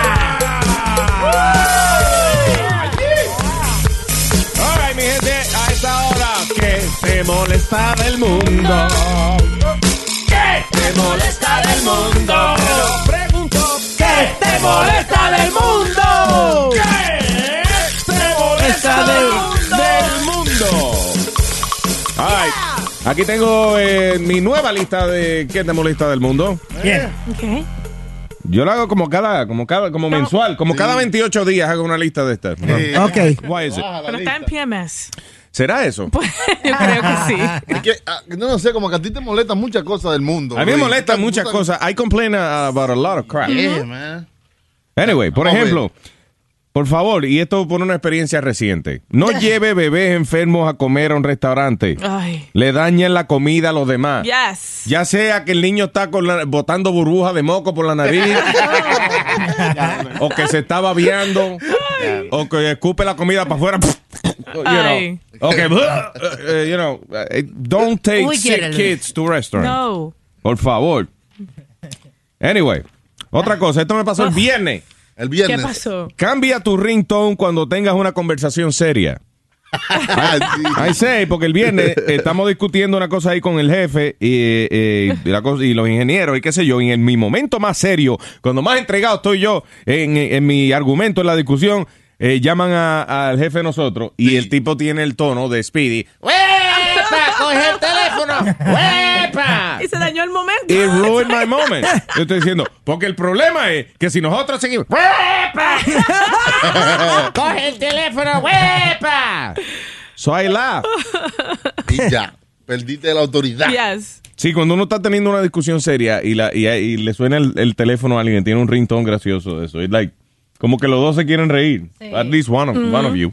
Speaker 17: Alright, ¡Ah! mi gente, a esta hora que se molesta del mundo. ¿Qué te molesta del mundo? Te lo pregunto, ¿qué te molesta del mundo? ¿Qué te molesta del, del mundo?
Speaker 6: Alright. Aquí tengo eh, mi nueva lista de ¿Qué te molesta del mundo?
Speaker 17: Bien.
Speaker 6: Yo la hago como cada, como cada, como mensual, como cada 28 días hago una lista de estas.
Speaker 13: Ok.
Speaker 6: Why is it?
Speaker 18: Pero está en PMS.
Speaker 6: ¿Será eso?
Speaker 10: Pues,
Speaker 18: Yo creo que sí.
Speaker 10: Es que, ah, no, no sé, como que a ti te molestan muchas cosas del mundo.
Speaker 6: A mí me
Speaker 10: Luis.
Speaker 6: molestan muchas
Speaker 10: Tú-
Speaker 6: cosas. I complain about a lot of crap.
Speaker 10: Yeah, man.
Speaker 6: Anyway, por
Speaker 10: Vamos a
Speaker 6: ejemplo, por favor, y esto por una experiencia reciente, no lleve bebés enfermos a comer a un restaurante.
Speaker 18: Ay.
Speaker 6: Le dañan la comida a los demás.
Speaker 18: Yes.
Speaker 6: Ya sea que el niño está con la- botando burbujas de moco por la nariz, o que se está babeando, o que escupe la comida para afuera. You know.
Speaker 18: Ay.
Speaker 6: Okay, eh, you know, eh, don't take
Speaker 18: Uy,
Speaker 6: sick
Speaker 18: Gerald.
Speaker 6: kids to restaurant.
Speaker 18: No.
Speaker 6: Por favor. Anyway, otra cosa, esto me pasó el viernes. El
Speaker 18: viernes. Ah. ¿Qué pasó?
Speaker 6: Cambia tu ringtone cuando tengas una conversación seria. I say, porque el viernes estamos discutiendo una cosa ahí con el jefe y, eh, y la cosa- y los ingenieros y qué sé yo. Y en mi momento más serio, cuando más entregado estoy yo en, en mi argumento, en la discusión, eh, llaman a- al jefe de nosotros y el tipo tiene el tono de Speedy.
Speaker 22: ¡Huepa!
Speaker 18: ¡Coge el teléfono!
Speaker 6: ¡Huepa!
Speaker 18: Y se dañó el momento.
Speaker 10: Eh,
Speaker 6: It ruined my moment. Yo estoy diciendo, porque el problema es que si nosotros seguimos.
Speaker 22: ¡Coge el teléfono! ¡Huepa!
Speaker 6: So I laugh.
Speaker 10: Y ya, perdiste la autoridad.
Speaker 18: Yes.
Speaker 6: Sí, cuando uno está teniendo una discusión seria y, la, y, y le suena el, el teléfono a alguien, tiene un ringtone gracioso de eso. It's like, como que los dos se quieren reír. At least one of,
Speaker 10: Mm-hmm.
Speaker 6: one of you.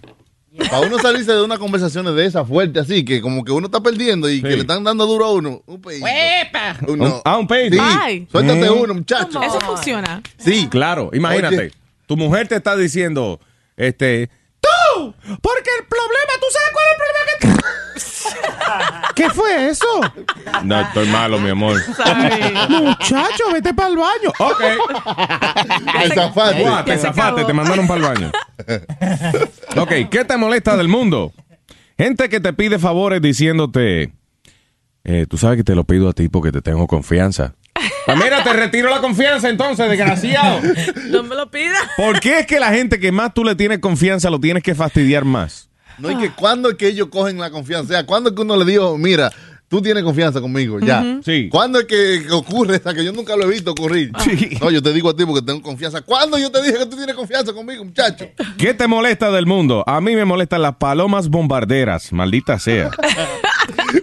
Speaker 10: Para uno salirse de una conversación de esa fuerte así, que como que uno está perdiendo y que le están dando duro a uno.
Speaker 18: ¡Huepa!
Speaker 10: uno.
Speaker 6: Ah, un peito.
Speaker 10: Sí,
Speaker 18: Ay.
Speaker 10: suéltate
Speaker 6: Mm.
Speaker 10: uno, muchacho.
Speaker 18: Eso funciona.
Speaker 6: Sí, claro. Imagínate,
Speaker 10: Oye.
Speaker 6: tu mujer te está diciendo, este,
Speaker 22: ¡Tú! Porque el problema, ¿tú sabes cuál es el problema que ¿Qué fue eso?
Speaker 6: no, estoy malo, mi amor.
Speaker 22: Muchacho, vete para el baño.
Speaker 6: Ok.
Speaker 22: Te
Speaker 10: zafaste.
Speaker 6: Guau, te
Speaker 22: Ya se
Speaker 6: zafaste,
Speaker 22: acabó.
Speaker 6: te mandaron para el baño. Ok, ¿qué te molesta del mundo? Gente que te pide favores diciéndote, eh, tú sabes que te lo pido a ti porque te tengo confianza. Ah, mira, te retiro la confianza entonces, desgraciado.
Speaker 18: No me lo pidas.
Speaker 6: ¿Por qué es que la gente que más tú le tienes confianza lo tienes que fastidiar más?
Speaker 10: No, y que cuando es que ellos cogen la confianza. O sea, cuando es que uno le dijo, mira, tú tienes confianza conmigo, ya.
Speaker 6: Ujú. Sí.
Speaker 10: ¿Cuándo es que ocurre esa que yo nunca lo he visto ocurrir? No, yo te digo a ti porque tengo confianza. ¿Cuándo yo te dije que tú tienes confianza conmigo, muchacho?
Speaker 6: ¿Qué te molesta del mundo? A mí me molestan las palomas bombarderas, maldita sea.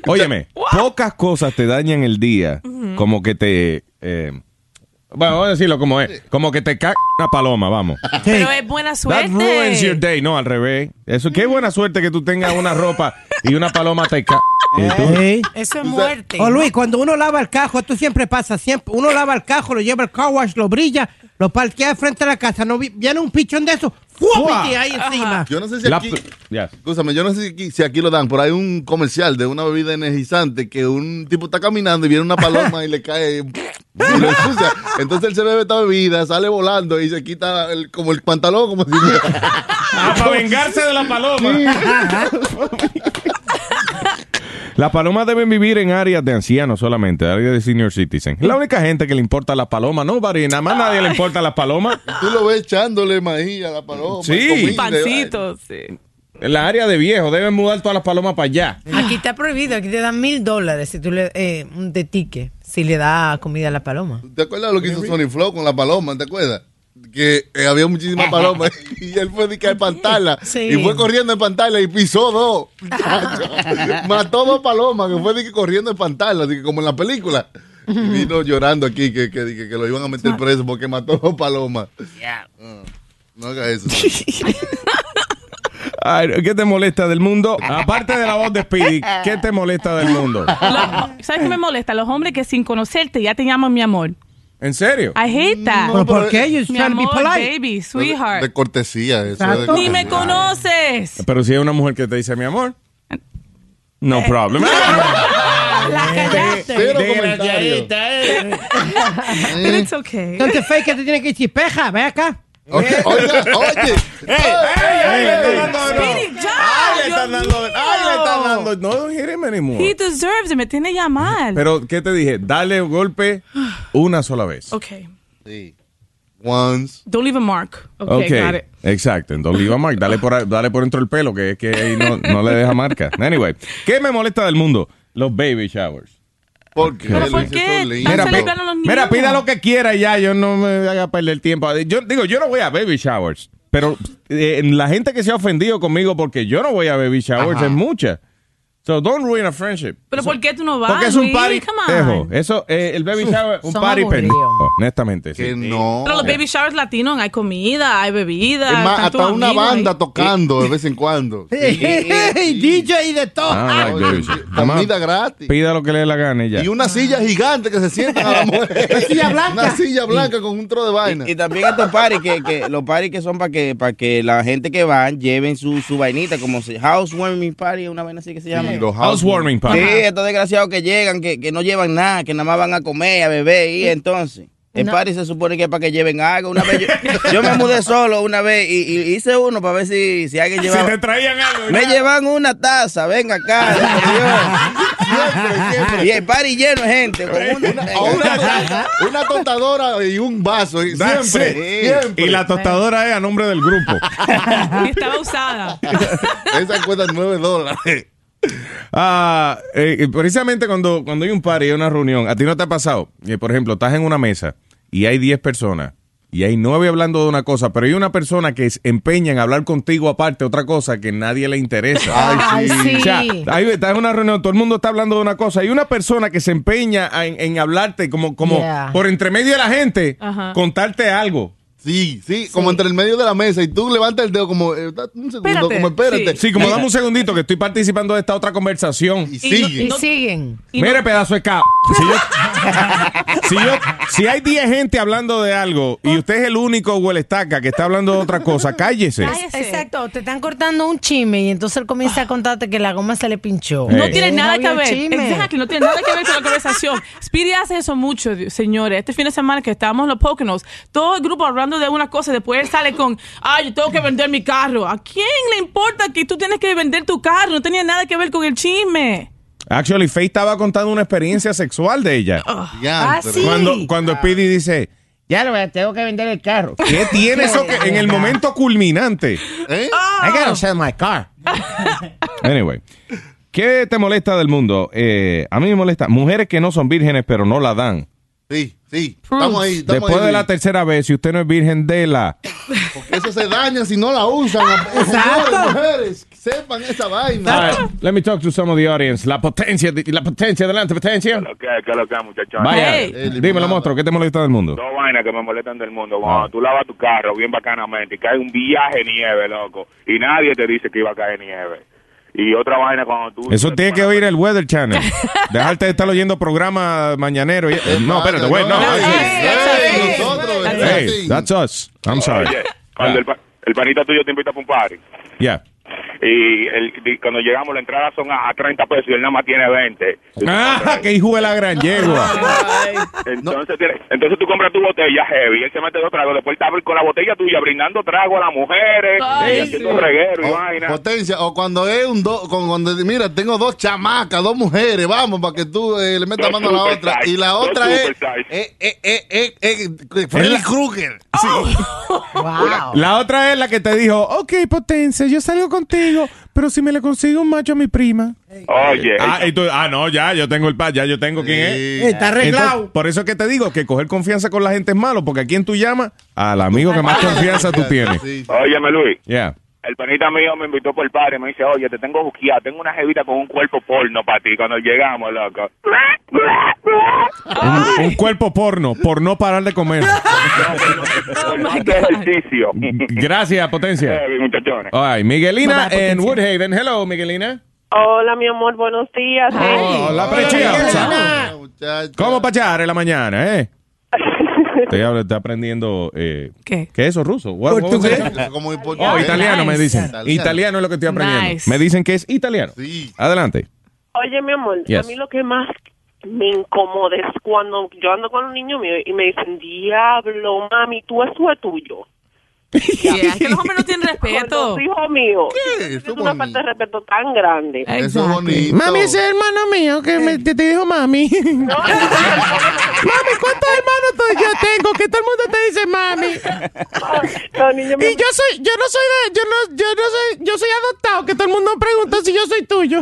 Speaker 6: Óyeme, pocas cosas te dañan el día,
Speaker 22: Ujú.
Speaker 6: como que te... eh, bueno, vamos a decirlo como es, como que te caga una paloma, vamos.
Speaker 18: Pero es buena
Speaker 6: That
Speaker 18: suerte.
Speaker 6: ruins your day, no, al revés. Eso, qué buena suerte que tú tengas una ropa y una paloma te caga.
Speaker 18: Eso es muerte.
Speaker 13: O Oh, Luis, cuando uno lava el cajo, esto siempre pasa, siempre. Uno lava el cajo, lo lleva al car wash, lo brilla, lo parquea frente a la casa. No vi- viene un pichón de eso, ¡fuapiti! ahí encima.
Speaker 10: Yo no sé si aquí.
Speaker 6: Yes.
Speaker 10: Escúchame, yo no sé si aquí, si aquí lo dan, pero hay un comercial de una bebida energizante que un tipo está caminando y viene una paloma y le cae. y lo ensucia. Entonces él se bebe esta bebida, sale volando y se quita el- como el pantalón, como si.
Speaker 6: para vengarse de la paloma. Las palomas deben vivir en áreas de ancianos solamente, áreas de senior citizen. Es la única gente que le importa las palomas, no, Barry, nada más nadie le importa las palomas.
Speaker 10: Tú lo ves echándole maíz a la paloma.
Speaker 6: Sí.
Speaker 10: comida,
Speaker 18: Pancitos. Sí.
Speaker 6: En la área de viejos deben mudar todas las palomas para allá.
Speaker 8: Aquí está prohibido, aquí te dan mil dólares si tú le, eh, un de tique, si le da comida a la paloma.
Speaker 10: ¿Te acuerdas lo que hizo Sony Flow con la paloma? ¿Te acuerdas? Que eh, había muchísimas palomas y él fue de que a espantarla. Y fue corriendo a espantarla y pisó dos. Mató dos palomas que fue de que corriendo a espantarla, de que como en la película. Y vino llorando aquí que, que, que, que lo iban a meter preso porque mató dos palomas. No haga eso. Sony.
Speaker 6: Ay, ¿Qué te molesta del mundo? Aparte de la voz de Speedy, ¿qué te molesta del mundo?
Speaker 12: Lo- ¿Sabes qué me molesta? Los hombres que sin conocerte ya te llaman mi amor.
Speaker 6: ¿En serio?
Speaker 12: I hate that.
Speaker 10: No, ¿Pero por pero- qué?
Speaker 12: Mi
Speaker 10: You're trying to be
Speaker 12: amor,
Speaker 10: polite.
Speaker 12: baby,
Speaker 10: De
Speaker 12: sweetheart.
Speaker 10: cortesía, eso. es de
Speaker 12: Ni me
Speaker 10: cortesía.
Speaker 12: conoces.
Speaker 6: Pero si hay una mujer que te dice mi amor, no problem.
Speaker 12: Pero it's okay.
Speaker 13: Entonces, este fake que te tiene que decir, peja, ve acá. Eh.
Speaker 10: oye.
Speaker 12: Speedy, ya, Dios
Speaker 6: No,
Speaker 12: mío.
Speaker 6: don't hit him anymore.
Speaker 12: He deserves it. Me tiene ya mal.
Speaker 6: Pero, ¿qué te dije? Dale un golpe una sola vez.
Speaker 12: Okay.
Speaker 10: Once.
Speaker 12: Don't leave a mark. Okay, got it.
Speaker 6: exacto. Entonces, Oliva Mark, dale por, ahí- dale por dentro el pelo, que es que ahí no, no le deja marca. Anyway, ¿qué me molesta del mundo? Los baby showers.
Speaker 10: ¿Por qué?
Speaker 12: ¿Pero por qué? Están
Speaker 6: Mira, pi-
Speaker 12: celebrando los niños.
Speaker 6: mira, pida lo que quiera y ya, yo no me haga perder tiempo. Yo digo, yo no voy a baby showers, pero eh, la gente que se ha ofendido conmigo porque yo no voy a baby showers
Speaker 12: Ajá.
Speaker 6: es mucha. So don't ruin a friendship.
Speaker 12: Pero ¿por qué tú no vas?
Speaker 6: Porque es un
Speaker 12: Luis?
Speaker 6: party
Speaker 12: Come on.
Speaker 6: pendejo. Eso, eh, el baby shower, un
Speaker 12: Son
Speaker 6: party
Speaker 12: aburridos.
Speaker 6: pendejo, honestamente. Que
Speaker 10: no.
Speaker 12: Pero los baby showers latinos hay comida, hay bebida.
Speaker 10: Es más,
Speaker 12: están tus
Speaker 10: hasta una
Speaker 12: amigos ahí.
Speaker 10: banda tocando de vez en cuando.
Speaker 13: DJ de todo.
Speaker 6: Ah, like baby shower.
Speaker 10: Comida gratis.
Speaker 6: Pida lo que le dé la gana y ya.
Speaker 10: Y una silla
Speaker 6: Ah.
Speaker 10: gigante que se sientan a la mujer. Una
Speaker 14: silla blanca.
Speaker 10: Una silla blanca con un tro de vaina.
Speaker 14: Y, y también estos paris que, que los paris que son para que para que la gente que van lleven su, su vainita como se- housewarming party una vaina así que se llama.
Speaker 6: Sí, los housewarming party.
Speaker 14: Sí, estos desgraciados que llegan que, que no llevan nada, que nada más van a comer, a beber y entonces el
Speaker 22: No.
Speaker 14: party se supone que es para que lleven algo. Una vez yo, yo me mudé solo una vez y, y hice uno para ver si, si alguien
Speaker 22: Si
Speaker 14: llevaba.
Speaker 22: te traían algo,
Speaker 14: Me
Speaker 22: ya.
Speaker 14: llevan una taza, venga acá. Dios. Y el party lleno de gente. con una-
Speaker 10: Una tostadora y un vaso. y
Speaker 6: That's
Speaker 10: siempre,
Speaker 6: it.
Speaker 10: siempre.
Speaker 6: Y la tostadora es a nombre del grupo.
Speaker 12: Y estaba usada.
Speaker 10: Esa cuesta 9 dólares.
Speaker 6: Ah, eh, precisamente cuando, cuando hay un party, hay una reunión, a ti no te ha pasado, que, por ejemplo, estás en una mesa y hay 10 personas y hay 9 hablando de una cosa, pero hay una persona que se empeña en hablar contigo aparte otra cosa que nadie le interesa.
Speaker 22: Ay, sí. Ay, sí.
Speaker 6: O sea, ahí estás en una reunión, todo el mundo está hablando de una cosa, hay una persona que se empeña a- en, en hablarte como, como
Speaker 10: Yeah.
Speaker 6: por entre medio de la gente,
Speaker 10: Ajá.
Speaker 6: contarte algo.
Speaker 10: Sí, sí, como entre el medio de la mesa y tú levantas el dedo como, eh, da- un segundo,
Speaker 6: Espérate,
Speaker 10: como espérate.
Speaker 6: Sí, como dame un segundito que estoy participando de esta otra conversación.
Speaker 10: Y
Speaker 8: Y siguen.
Speaker 6: Mire, pedazo de cap. Si, yo- si, yo- si hay 10 gente hablando de algo y usted es el único o el estaca que está hablando de otra cosa, cállese.
Speaker 8: Exacto, te están cortando un chisme y entonces él comienza a contarte que la goma se le pinchó.
Speaker 6: No
Speaker 12: No tiene nada que ver.
Speaker 8: Exacto.
Speaker 12: Exacto, no tiene nada que ver con la conversación. Speedy hace eso mucho, di- señores. Este fin de semana que estábamos en los Poconos, todo el grupo hablando de una cosa y después él sale con, ay, yo tengo que vender mi carro. ¿A quién le importa que tú tienes que vender tu carro? No tenía nada que ver con el chisme.
Speaker 6: Actually, Faye estaba contando una experiencia sexual de ella.
Speaker 12: Ah, sí.
Speaker 6: Cuando, cuando Speedy dice,
Speaker 14: Ya lo tengo que vender el carro.
Speaker 6: ¿qué tiene eso que en el momento culminante?
Speaker 10: ¿Eh?
Speaker 12: Oh.
Speaker 6: I gotta sell my car. Anyway, ¿qué te molesta del mundo? Eh, a mí me molesta mujeres que no son vírgenes pero no la dan.
Speaker 10: Sí, sí, estamos ahí. Estamos
Speaker 6: Después
Speaker 10: ahí,
Speaker 6: de la tercera vez, si usted no es virgen de la...
Speaker 10: porque eso se daña si no la usan. Señores, mujeres, sepan esa vaina.
Speaker 6: All right, let me talk to some of the audience. La potencia, de- la potencia, adelante, potencia.
Speaker 19: ¿Qué, qué es lo que hay, muchachos?
Speaker 6: Vaya,
Speaker 19: Eh,
Speaker 6: dímelo, monstruo, ¿qué te molesta del mundo? Ah.
Speaker 19: Dos vainas que me molestan del mundo. Cuando tú lavas tu carro bien bacanamente y cae un viaje de nieve, loco, y nadie te dice que iba a caer nieve. Y otra vaina cuando tú...
Speaker 6: Eso tiene que oír el Weather Channel. Dejarte de estar oyendo programa mañanero. y- No, espérate, güey, no. Hey, that's us.
Speaker 26: Oh,
Speaker 6: I'm sorry.
Speaker 19: Oye,
Speaker 6: Ah.
Speaker 19: cuando el, pa- el panita tuyo te invita para un party
Speaker 6: Yeah.
Speaker 19: y el- di- cuando llegamos la entrada son a, a 30 pesos y él nada más tiene 20.
Speaker 6: Ah, que hijo de la gran yegua.
Speaker 19: Entonces, tiene- entonces tú compras tu botella heavy y él se mete dos tragos. Después él está con la botella tuya brindando trago a las mujeres y haciendo reguero y
Speaker 6: Oh,
Speaker 10: O-
Speaker 19: vaina.
Speaker 10: Potencia, o cuando es un do, con- cuando, mira, tengo dos chamacas, dos mujeres, vamos, para que tú eh, le metas
Speaker 19: Dos
Speaker 10: mano a la
Speaker 19: super
Speaker 10: otra.
Speaker 19: size,
Speaker 10: Y la
Speaker 19: dos
Speaker 10: otra es.
Speaker 19: super size.
Speaker 10: Eh, eh, eh, eh, eh, Freddy Krueger.
Speaker 18: Oh.
Speaker 6: La otra es la que te dijo, ok, potencia, yo salgo contigo, pero si me le consigo un macho a mi prima.
Speaker 19: Oye.
Speaker 6: Ah, y tú- ah, no, ya, yo tengo el pad, ya yo tengo quién es.
Speaker 19: Está arreglado.
Speaker 6: Entonces, por eso es que te digo que coger confianza con la gente es malo, porque a quién tú llamas? Al amigo que más confianza tú tienes.
Speaker 19: Óyeme, Luis.
Speaker 6: Yeah.
Speaker 26: el panita mío me invitó por el padre, me dice, oye, te tengo juqueado, tengo una jevita con un cuerpo porno para ti cuando llegamos, loco.
Speaker 6: Un, un cuerpo porno, por no parar de comer.
Speaker 26: Hace ejercicio.
Speaker 6: Gracias, Potencia.
Speaker 26: Eh, muchachones.
Speaker 6: Ay, Miguelina
Speaker 16: Bye bye,
Speaker 6: en Woodhaven. Hello, Miguelina.
Speaker 16: Hola, mi amor, buenos días. eh.
Speaker 6: Hola, prechia. ¿Cómo pachar en la mañana, eh? Estoy, habla- estoy aprendiendo... eh,
Speaker 16: ¿Qué?
Speaker 6: es eso? ¿Ruso? What- what was it?
Speaker 10: Como en portugués.
Speaker 6: Oh, italiano me dicen.
Speaker 10: Italiano.
Speaker 6: Italiano es lo que estoy aprendiendo.
Speaker 16: Nice.
Speaker 6: Me dicen que es italiano. Adelante.
Speaker 16: Oye, mi amor,
Speaker 6: Yes.
Speaker 16: a mí lo que más me incomoda es cuando yo ando con un niño mío y me dicen, diablo, mami, tú eso es tuyo.
Speaker 12: es que los hombres no tienen respeto.
Speaker 16: Con los hijos míos.
Speaker 10: Es
Speaker 16: una falta de respeto tan grande.
Speaker 10: Eso es bonito.
Speaker 16: Mami,
Speaker 10: ese
Speaker 16: es
Speaker 7: hermano mío que me, te, te dijo mami. mami, ¿cuántos hermanos tú- yo tengo? Que todo el mundo te dice mami. y yo soy, yo no soy de, yo no, yo no soy, yo soy adoptado, que todo el mundo pregunta si yo soy tuyo.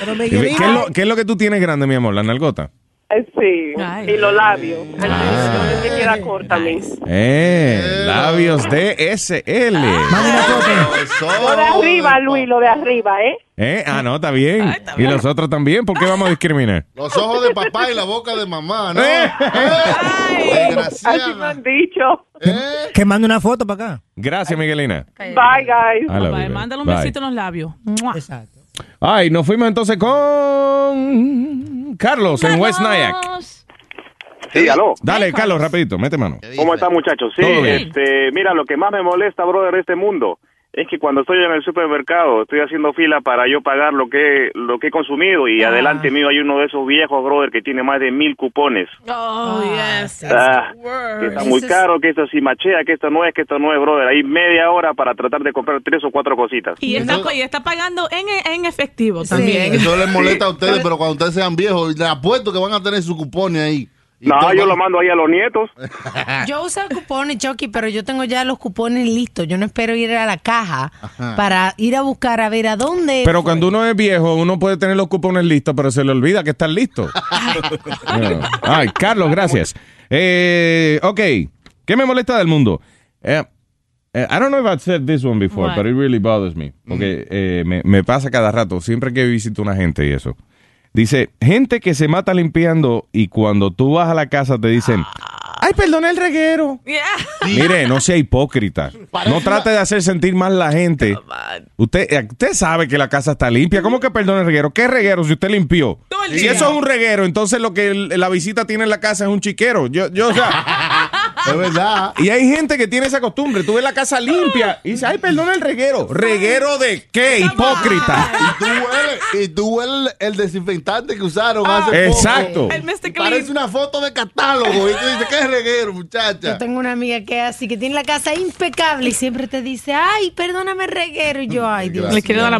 Speaker 7: Pero
Speaker 6: ¿Qué, qué es lo, qué es lo que tú tienes grande, mi amor? La nalgota.
Speaker 16: Eh, Sí, y los labios.
Speaker 7: Ah.
Speaker 16: Ay, no se me queda corta, mis.
Speaker 6: Eh, Ah. labios DSL.
Speaker 16: Lo de
Speaker 10: Oh.
Speaker 16: arriba, Luis, lo de arriba, ¿eh?
Speaker 6: Eh, ah, no, está bien. Y los otros también. ¿Por qué vamos a discriminar?
Speaker 10: Los ojos de papá y la boca de mamá, ¿no?
Speaker 3: Eh.
Speaker 16: Así me han dicho.
Speaker 27: Que mande una foto para acá.
Speaker 6: Gracias, Miguelina.
Speaker 16: Bye, guys.
Speaker 6: I love you,
Speaker 12: Bye,
Speaker 6: babe.
Speaker 12: mándale un
Speaker 6: Bye.
Speaker 12: besito en los labios. Exacto.
Speaker 6: Ay, nos fuimos entonces con Carlos en West Nyack.
Speaker 3: Sí, aló.
Speaker 6: Dale, Carlos, rapidito, mete mano.
Speaker 3: ¿Cómo están, muchachos? Sí,
Speaker 6: Todo bien.
Speaker 3: este, mira, lo que más me molesta, brother, de este mundo es que cuando estoy en el supermercado, estoy haciendo fila para yo pagar lo que lo que he consumido y
Speaker 12: Ah.
Speaker 3: adelante mío hay uno de esos viejos, brother, que tiene más de mil cupones.
Speaker 12: Oh, yes. that's
Speaker 3: Ah,
Speaker 12: the worst.
Speaker 3: que está muy caro, que esto sí machea, que esto no es, que esto no es, brother. Hay media hora para tratar de comprar tres o cuatro cositas.
Speaker 12: Y está, y está pagando en, en efectivo también.
Speaker 10: Eso les molesta a ustedes, pero cuando ustedes sean viejos, les apuesto que van a tener su cupones ahí.
Speaker 3: No, yo lo mando ahí a los nietos.
Speaker 6: Ah.
Speaker 8: Yo usaba cupones, Chucky, pero yo tengo ya los cupones listos. Yo no espero ir a la caja
Speaker 6: Ajá.
Speaker 8: para ir a buscar a ver a dónde.
Speaker 6: Pero cuando uno es viejo, uno puede tener los cupones listos, pero se le olvida que están listos. Yeah. Ay, Carlos, gracias. Eh, ok, ¿qué me molesta del mundo? Eh, eh, I don't know if I've said this one before,
Speaker 28: What?
Speaker 6: but it really bothers me. Porque eh, me, me pasa cada rato, siempre que visito una gente y eso. Dice, gente que se mata limpiando y cuando tú vas a la casa te dicen, Ay, perdona el reguero. Mire, no sea hipócrita. No trate de hacer sentir mal la gente. Usted, eh, usted sabe que la casa está limpia. ¿Cómo que perdone el reguero? ¿Qué reguero si usted limpió?
Speaker 28: Todo el
Speaker 6: Si
Speaker 28: día.
Speaker 6: eso es un reguero, entonces lo que el- la visita tiene en la casa es un chiquero. Yo, yo, o sea.
Speaker 10: Es verdad.
Speaker 6: Y hay gente que tiene esa costumbre. Tú ves la casa limpia y dice, ay, perdona el reguero. ¿Reguero de qué? Hipócrita.
Speaker 10: Y tú hueles, y tú hueles el desinfectante que usaron
Speaker 8: Ah.
Speaker 10: hace poco.
Speaker 6: Exacto.
Speaker 10: Y Parece una foto de catálogo. Y tú dices, ¿qué reguero, muchacha?
Speaker 8: Yo tengo una amiga que es así, que tiene la casa impecable y siempre te dice, ay, perdóname, reguero. Y yo, ay, Dios.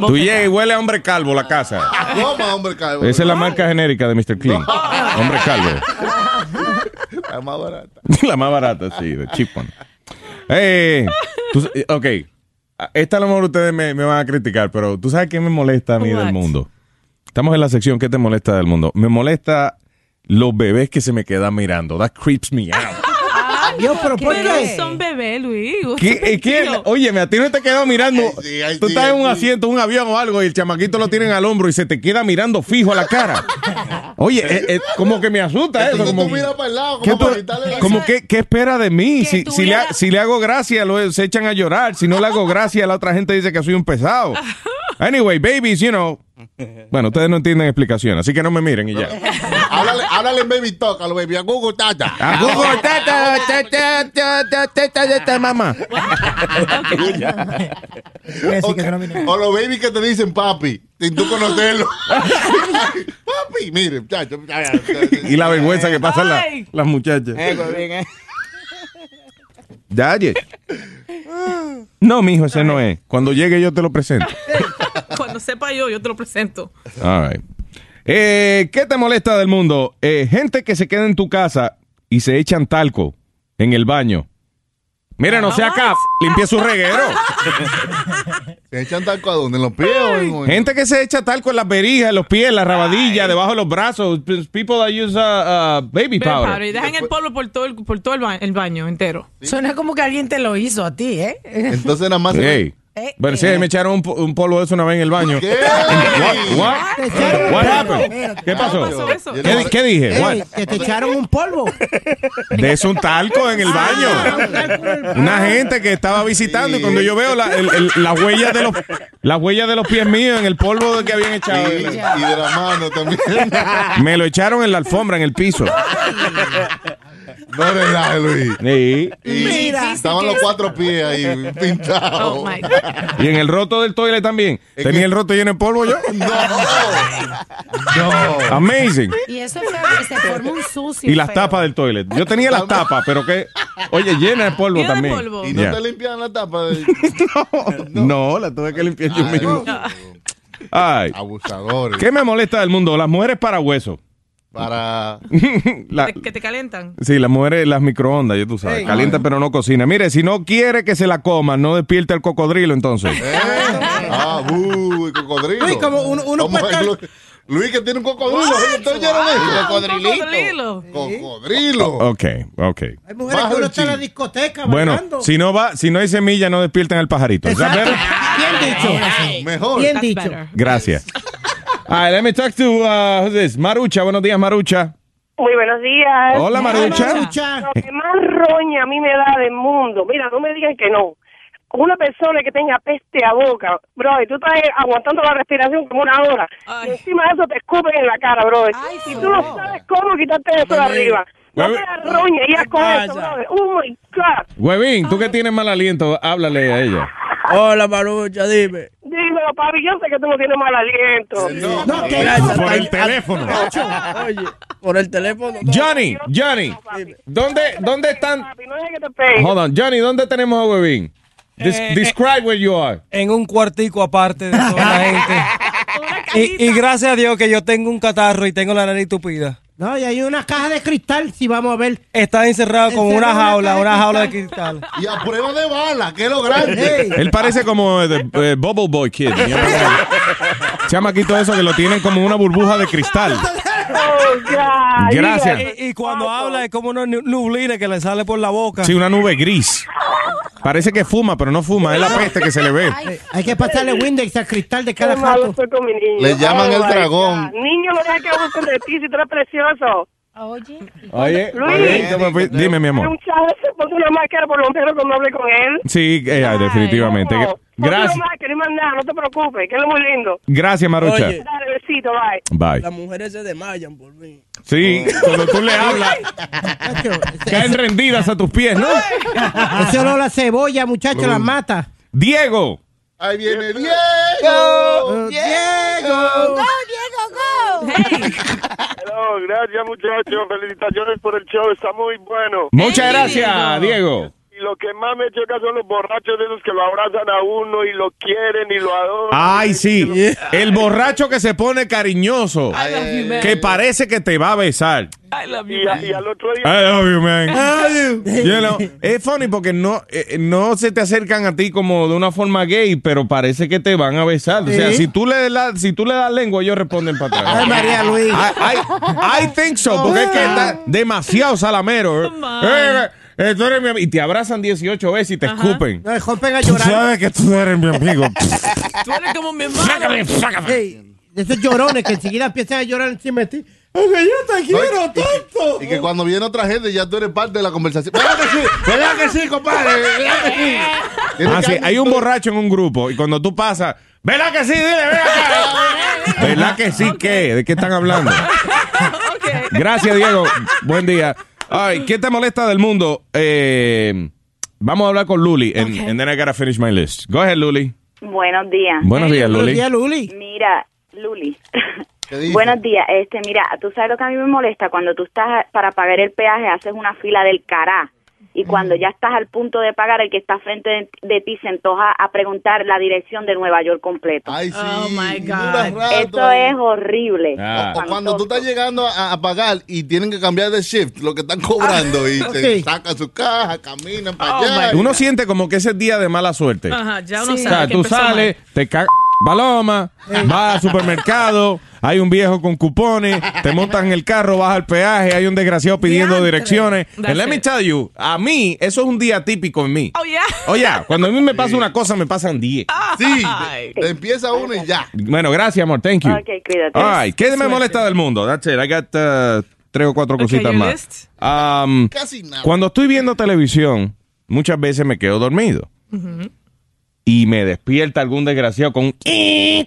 Speaker 6: Tú llegas y huele a hombre calvo la casa.
Speaker 10: Ah,
Speaker 8: Eh.
Speaker 10: Toma, hombre, calvo.
Speaker 6: Esa es la marca genérica de Mr. Clean. Hombre calvo. Eh.
Speaker 10: La más barata.
Speaker 6: la más barata, sí, de cheap one. Eh, tú- eh, ok. Esta a lo mejor ustedes me, me van a criticar, pero tú sabes qué me molesta a mí del mundo. Estamos en la sección ¿Qué te molesta del mundo? Me molesta los bebés que se me quedan mirando. That creeps me out.
Speaker 12: Dios,
Speaker 7: pero
Speaker 12: ¿por qué? son bebés, Luis.
Speaker 6: ¿Qué, eh, qué? Oye, a ti no te quedó mirando. tú
Speaker 10: sí,
Speaker 6: estás en
Speaker 10: ay,
Speaker 6: un
Speaker 10: sí.
Speaker 6: asiento, un avión o algo, y el chamaquito lo tienen al hombro y se te queda mirando fijo a la cara. Oye, eh, eh, como que me asusta eso.
Speaker 10: Entonces
Speaker 6: Como,
Speaker 10: tú miras para el lado,
Speaker 6: ¿Qué,
Speaker 10: como para
Speaker 6: tú-
Speaker 10: quitarle la
Speaker 6: como que- ¿qué espera de mí? Si, si le, ha- si le hago gracia, lo- se echan a llorar. Si no le hago gracia, la otra gente dice que soy un pesado. Anyway, babies, you know. Bueno, ustedes no entienden explicación, así que no me miren y ya.
Speaker 10: Háblale, háblale en Baby Talk a los baby. A Google Tata.
Speaker 6: A Google
Speaker 10: Tata, tata, tata, tata, tata, mamá. O los baby que te dicen papi, sin tú conocerlo. papi, mire, muchacho.
Speaker 6: Y la vergüenza que pasan la-
Speaker 10: Ay.
Speaker 6: las muchachas.
Speaker 10: Eh,
Speaker 23: Eh, pues,
Speaker 6: Ya, oye. No, mijo, ese no es. Cuando llegue yo te lo presento.
Speaker 12: Cuando sepa yo, yo te lo presento.
Speaker 6: All right. Eh, ¿Qué te molesta del mundo? Eh, gente que se queda en tu casa y se echan talco en el baño. Mira, no sea acá, limpie su reguero.
Speaker 10: ¿Se echan talco a dónde? ¿En los pies o en- o en-
Speaker 6: Gente que se echa talco en las berijas, en los pies, en la rabadilla, debajo de los brazos. People that use uh, uh, baby powder.
Speaker 12: Pablo, y dejan el polvo por todo el, por todo el, ba- el baño entero.
Speaker 8: Suena como que alguien te lo hizo a ti, ¿eh?
Speaker 10: Entonces nada más.
Speaker 6: Ey. Pero sí, me echaron un, po- un polvo de eso una vez en el baño.
Speaker 10: ¿Qué?
Speaker 6: What? What? What happened? ¿Qué pasó? ¿Qué, qué dije?
Speaker 23: Ey,
Speaker 6: What?
Speaker 23: que te echaron un polvo.
Speaker 6: De eso un talco en el baño. Ah, Una gente que estaba visitando y cuando yo veo la- el- el- las huellas de los las huellas de los pies míos en el polvo que habían echado.
Speaker 10: Y, y de la mano también.
Speaker 6: Me lo echaron en la alfombra, en el piso.
Speaker 10: No relajes, Luis.
Speaker 6: Sí.
Speaker 10: Y estaban los cuatro pies ahí pintados.
Speaker 12: Oh, my God.
Speaker 6: Y en el roto del toile también. ¿Tenía el roto lleno de polvo yo? No. Amazing.
Speaker 8: Y eso fue, se forma un sucio.
Speaker 6: Y las
Speaker 8: feo.
Speaker 6: tapas del toilet. Yo tenía las tapas, pero que. Oye, llena de polvo
Speaker 8: Llena de
Speaker 6: también.
Speaker 8: polvo.
Speaker 10: Y no
Speaker 6: Yeah.
Speaker 10: te limpiaban la tapa. De...
Speaker 6: no, la tuve que limpiar yo mismo. Ay.
Speaker 10: Abusadores.
Speaker 6: ¿Qué me molesta del mundo? Las mujeres para hueso.
Speaker 10: Para.
Speaker 6: La-
Speaker 12: Que te calentan.
Speaker 6: sí, las mujeres, las microondas, ya tú sabes.
Speaker 12: Ey.
Speaker 6: Calienta pero no cocina. Mire, si no quiere que se la coma, no despierte el cocodrilo entonces.
Speaker 10: Ah, bu, el cocodrilo.
Speaker 23: Luis, como uno- uno
Speaker 10: Como
Speaker 23: puede
Speaker 10: el- Luis que tiene un cocodrilo.
Speaker 23: What?
Speaker 10: ¿Ustedes oyeron eso?
Speaker 23: Wow,
Speaker 10: Cocodrilito. Cocodrilo.
Speaker 23: cocodrilo.
Speaker 6: Ok, ok.
Speaker 23: Hay mujeres
Speaker 10: Bajo
Speaker 23: que uno
Speaker 10: el
Speaker 23: está en la
Speaker 10: chin.
Speaker 23: discoteca
Speaker 6: Bueno,
Speaker 23: bailando.
Speaker 6: si no va, si no hay semilla, no despierten al pajarito. ¿Sabes?
Speaker 23: Bien dicho.
Speaker 10: Mejor.
Speaker 23: Bien dicho.
Speaker 6: Gracias. All right, let me talk to uh, who's this? Marucha. Buenos días, Marucha.
Speaker 7: Muy buenos días.
Speaker 6: Hola, Marucha.
Speaker 23: Lo
Speaker 7: que más roña a mí me da del mundo. Mira, no me digan que no. Una persona que tenga peste a boca, bro, y tú estás aguantando la respiración como una hora. Y encima de eso te escupen en la cara, bro. Y tú no sabes cómo quitarte eso de arriba. No te
Speaker 6: Bebé.
Speaker 7: da roña ya con
Speaker 6: eh, Vaya.
Speaker 7: eso, brother. Oh my God.
Speaker 6: Huevín, tú que tienes mal aliento, háblale a ella.
Speaker 7: Hola, Marucha, dime. Dímelo, papi, yo sé que tú no tienes mal aliento. No,
Speaker 6: Por el teléfono.
Speaker 7: Oye, por el teléfono.
Speaker 6: Johnny, Johnny, ¿dónde, dónde están?
Speaker 7: No es que te pegue.
Speaker 6: Hold on, Johnny, ¿dónde tenemos a Huevín? Des-
Speaker 23: Eh,
Speaker 6: describe where you are.
Speaker 23: En un cuartico aparte de toda la gente. Y, y gracias a Dios que yo tengo un catarro y tengo la nariz tupida.
Speaker 13: No, y hay una caja de cristal, si vamos a ver.
Speaker 23: Está encerrado con
Speaker 13: Encerrado
Speaker 23: una
Speaker 13: en una
Speaker 23: jaula,
Speaker 13: caja de
Speaker 23: una jaula de cristal.
Speaker 10: Y a prueba de bala, que es lo grande.
Speaker 6: Él parece como eh, the, eh, Bubble Boy Kid. you know? Chamaquito eso que lo tienen como una burbuja de cristal. Gracias.
Speaker 23: Y, y cuando habla es como una nu- nublina que le sale por la boca.
Speaker 6: Sí, una nube gris. Parece que fuma, pero no fuma. Es la peste que se le ve.
Speaker 23: Ay.
Speaker 13: Hay que pasarle Windex al cristal de cada
Speaker 7: Qué malo
Speaker 13: jato.
Speaker 7: soy con mi niño. Oh
Speaker 6: Le llaman el
Speaker 7: my
Speaker 6: dragón.
Speaker 7: God. Niño, no dejes que abusen de ti si tú eres precioso. Oye.
Speaker 6: Oye,
Speaker 7: Luis.
Speaker 6: oye, ¿cómo fue? dime, mi amor.
Speaker 7: Un chaval se pone una máscara por lo menos cuando hable con él.
Speaker 6: Sí, eh, definitivamente. Gra-
Speaker 7: Ponte una
Speaker 6: Gracias,
Speaker 7: máscara y más nada, no te preocupes, que él es muy lindo.
Speaker 6: gracias, Marucha.
Speaker 7: Oye. Dale, besito, bye.
Speaker 6: Bye.
Speaker 7: Las mujeres se desmayan por mí.
Speaker 6: Sí, cuando tú le hablas, caen rendidas a tus pies, ¿no?
Speaker 13: Ese olor a cebolla, muchacho, la mata.
Speaker 6: Diego.
Speaker 10: Ahí viene Diego.
Speaker 13: Diego.
Speaker 7: Diego, go!
Speaker 18: Hello, gracias muchachos, felicitaciones por el show, está muy bueno.
Speaker 6: Muchas gracias, Diego.
Speaker 18: Y lo que más me choca son los borrachos de esos que lo abrazan a uno y lo quieren y lo adoran.
Speaker 6: Ay, sí. El borracho que se pone cariñoso. Que parece que te va a besar.
Speaker 18: Y, a- y al otro
Speaker 6: I
Speaker 18: día...
Speaker 6: love you, man. You know, es funny porque no, eh, no se te acercan a ti como de una forma gay, pero parece que te van a besar. O sea,
Speaker 13: Sí.
Speaker 6: si tú le, das si tú le das lengua, ellos responden para atrás.
Speaker 13: Ay, María Luis.
Speaker 6: I, I- I think so, porque es que está demasiado salamero. Eh, eh, eh, tú eres mi ami- y te abrazan 18 veces y te escupen.
Speaker 13: No, mejor pega a
Speaker 6: Tú
Speaker 13: llorar.
Speaker 6: sabes que tú eres mi amigo.
Speaker 12: Tú eres como mi hermano.
Speaker 6: sácame, sácame.
Speaker 13: Ey, de esos llorones que enseguida empiezan a llorar encima de ti. Porque yo te quiero tanto.
Speaker 10: Y que cuando viene otra gente ya tú eres parte de la conversación. ¿Verdad que sí? ¿Verdad que sí, compadre? ¿Verdad que sí?
Speaker 6: Ah, sí, hay un borracho en un grupo y cuando tú pasas, ¿verdad que sí? Dile, "Ven acá". ¿Verdad que sí? ¿Qué? ¿De qué están hablando? Gracias, Diego. Buen día. Ay, ¿qué te molesta del mundo? Eh, vamos a hablar con Luli. And, and then I gotta finish my list. Go ahead, Luli.
Speaker 29: Buenos días.
Speaker 6: Buenos días, Luli. Buenos días,
Speaker 13: Luli.
Speaker 29: Mira, Luli. Buenos días. Este, mira, tú sabes lo que a mí me molesta cuando tú estás para pagar el peaje haces una fila del cará
Speaker 24: Y cuando ya estás al punto de pagar, el que está frente de, de ti se antoja a preguntar la dirección de Nueva York completo.
Speaker 10: Oh my
Speaker 24: God. Eso es horrible.
Speaker 6: Ah.
Speaker 10: O- O, cuando tú estás llegando a, a pagar y tienen que cambiar de shift, lo que están cobrando,
Speaker 13: Ah,
Speaker 10: y te
Speaker 6: ok.
Speaker 10: sacan su caja, caminan
Speaker 6: Oh
Speaker 10: para allá.
Speaker 6: Uno siente como que ese es día de mala suerte.
Speaker 10: Ajá, ya uno
Speaker 6: O
Speaker 10: sabe
Speaker 6: sea,
Speaker 10: que
Speaker 6: tú
Speaker 10: empezó
Speaker 6: sales, te cagas paloma, vas al supermercado, hay un viejo con cupones, te montas en el carro, vas al peaje, hay un desgraciado pidiendo direcciones.
Speaker 12: That's
Speaker 6: And let me
Speaker 12: it.
Speaker 6: tell you, a mí, eso es un día típico en mí.
Speaker 12: Oh, yeah.
Speaker 6: Oye, cuando a mí me pasa una cosa, me pasan 10.
Speaker 10: Sí, te, te empieza uno y ya.
Speaker 6: Bueno, gracias, amor. Thank you.
Speaker 10: Ok, cuídate.
Speaker 6: All right. ¿Qué me
Speaker 10: Suerte.
Speaker 6: molesta del mundo? That's it. I got uh, tres o cuatro
Speaker 10: Okay,
Speaker 6: cositas
Speaker 10: your
Speaker 6: más.
Speaker 10: list?
Speaker 6: Um,
Speaker 10: Casi nada.
Speaker 6: Cuando estoy viendo televisión, muchas veces me quedo dormido y me despierta algún desgraciado con un "Eh,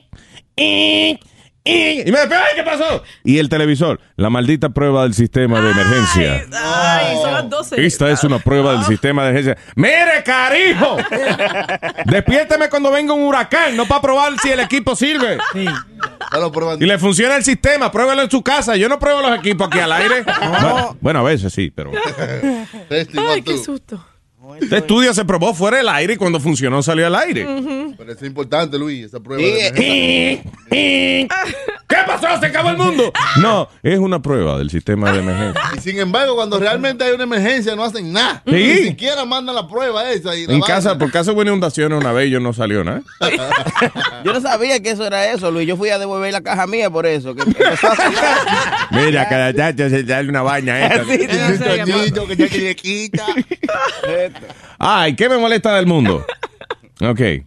Speaker 6: eh, eh", y me despierta, "Ay, ¿qué pasó? Y el televisor, la maldita prueba del sistema de emergencia.
Speaker 12: Ay, son las 12.
Speaker 6: Esta es una prueba del sistema de emergencia. ¡Mire, carijo! Despiérteme cuando venga un huracán, no para probar si el equipo sirve.
Speaker 10: Y
Speaker 6: le funciona el sistema, pruébelo en su casa. Yo no pruebo los equipos aquí al aire. Bueno, bueno, a veces sí, pero.
Speaker 12: Ay, qué susto.
Speaker 10: eh.
Speaker 6: Este estudio se probó fuera del aire y cuando funcionó salió al aire.
Speaker 10: Este. Pero eso es importante, Luis, esa prueba.
Speaker 6: Eh, ¿Qué pasó? Se acabó el mundo. No, es una prueba del sistema de emergencia.
Speaker 10: Y sin embargo, cuando realmente hay una emergencia, no hacen nada.
Speaker 6: Sí.
Speaker 10: Ni siquiera mandan la prueba esa. Y la
Speaker 6: En
Speaker 10: vaina.
Speaker 6: casa, por caso hubo una inundación una vez y yo no salió nada.
Speaker 14: Yo no sabía que eso era eso, Luis. Yo fui a devolver la caja mía por eso. que empezó a sonar.
Speaker 6: Mira, cada chacho se sale una vaina esta.
Speaker 10: Toñito, que ya que le quita.
Speaker 6: ¿Eh? Ay, ¿qué me molesta del mundo? Ok. Eh,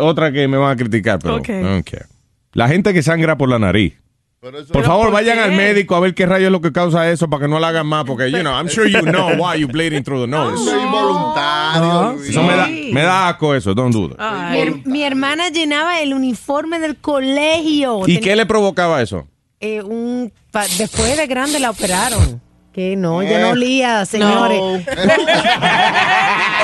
Speaker 6: otra que me van a criticar, pero.
Speaker 10: Ok.
Speaker 6: ok. La gente que sangra por la nariz. Por favor, vayan al médico a ver qué rayo es lo que causa eso para que no la hagan más, porque, you know, I'm sure you know why you're bleeding through the nose.
Speaker 8: Oh.
Speaker 10: Soy
Speaker 6: Ah.
Speaker 10: voluntario. Luis.
Speaker 6: Eso me da, me da asco eso, don't do that.
Speaker 8: Mi, her- mi hermana llenaba el uniforme del colegio.
Speaker 6: ¿Y
Speaker 8: Tenía-
Speaker 6: qué le provocaba eso?
Speaker 8: eh, un pa- después de grande la operaron. Que no, ya
Speaker 6: Eh.
Speaker 8: no olía, señores.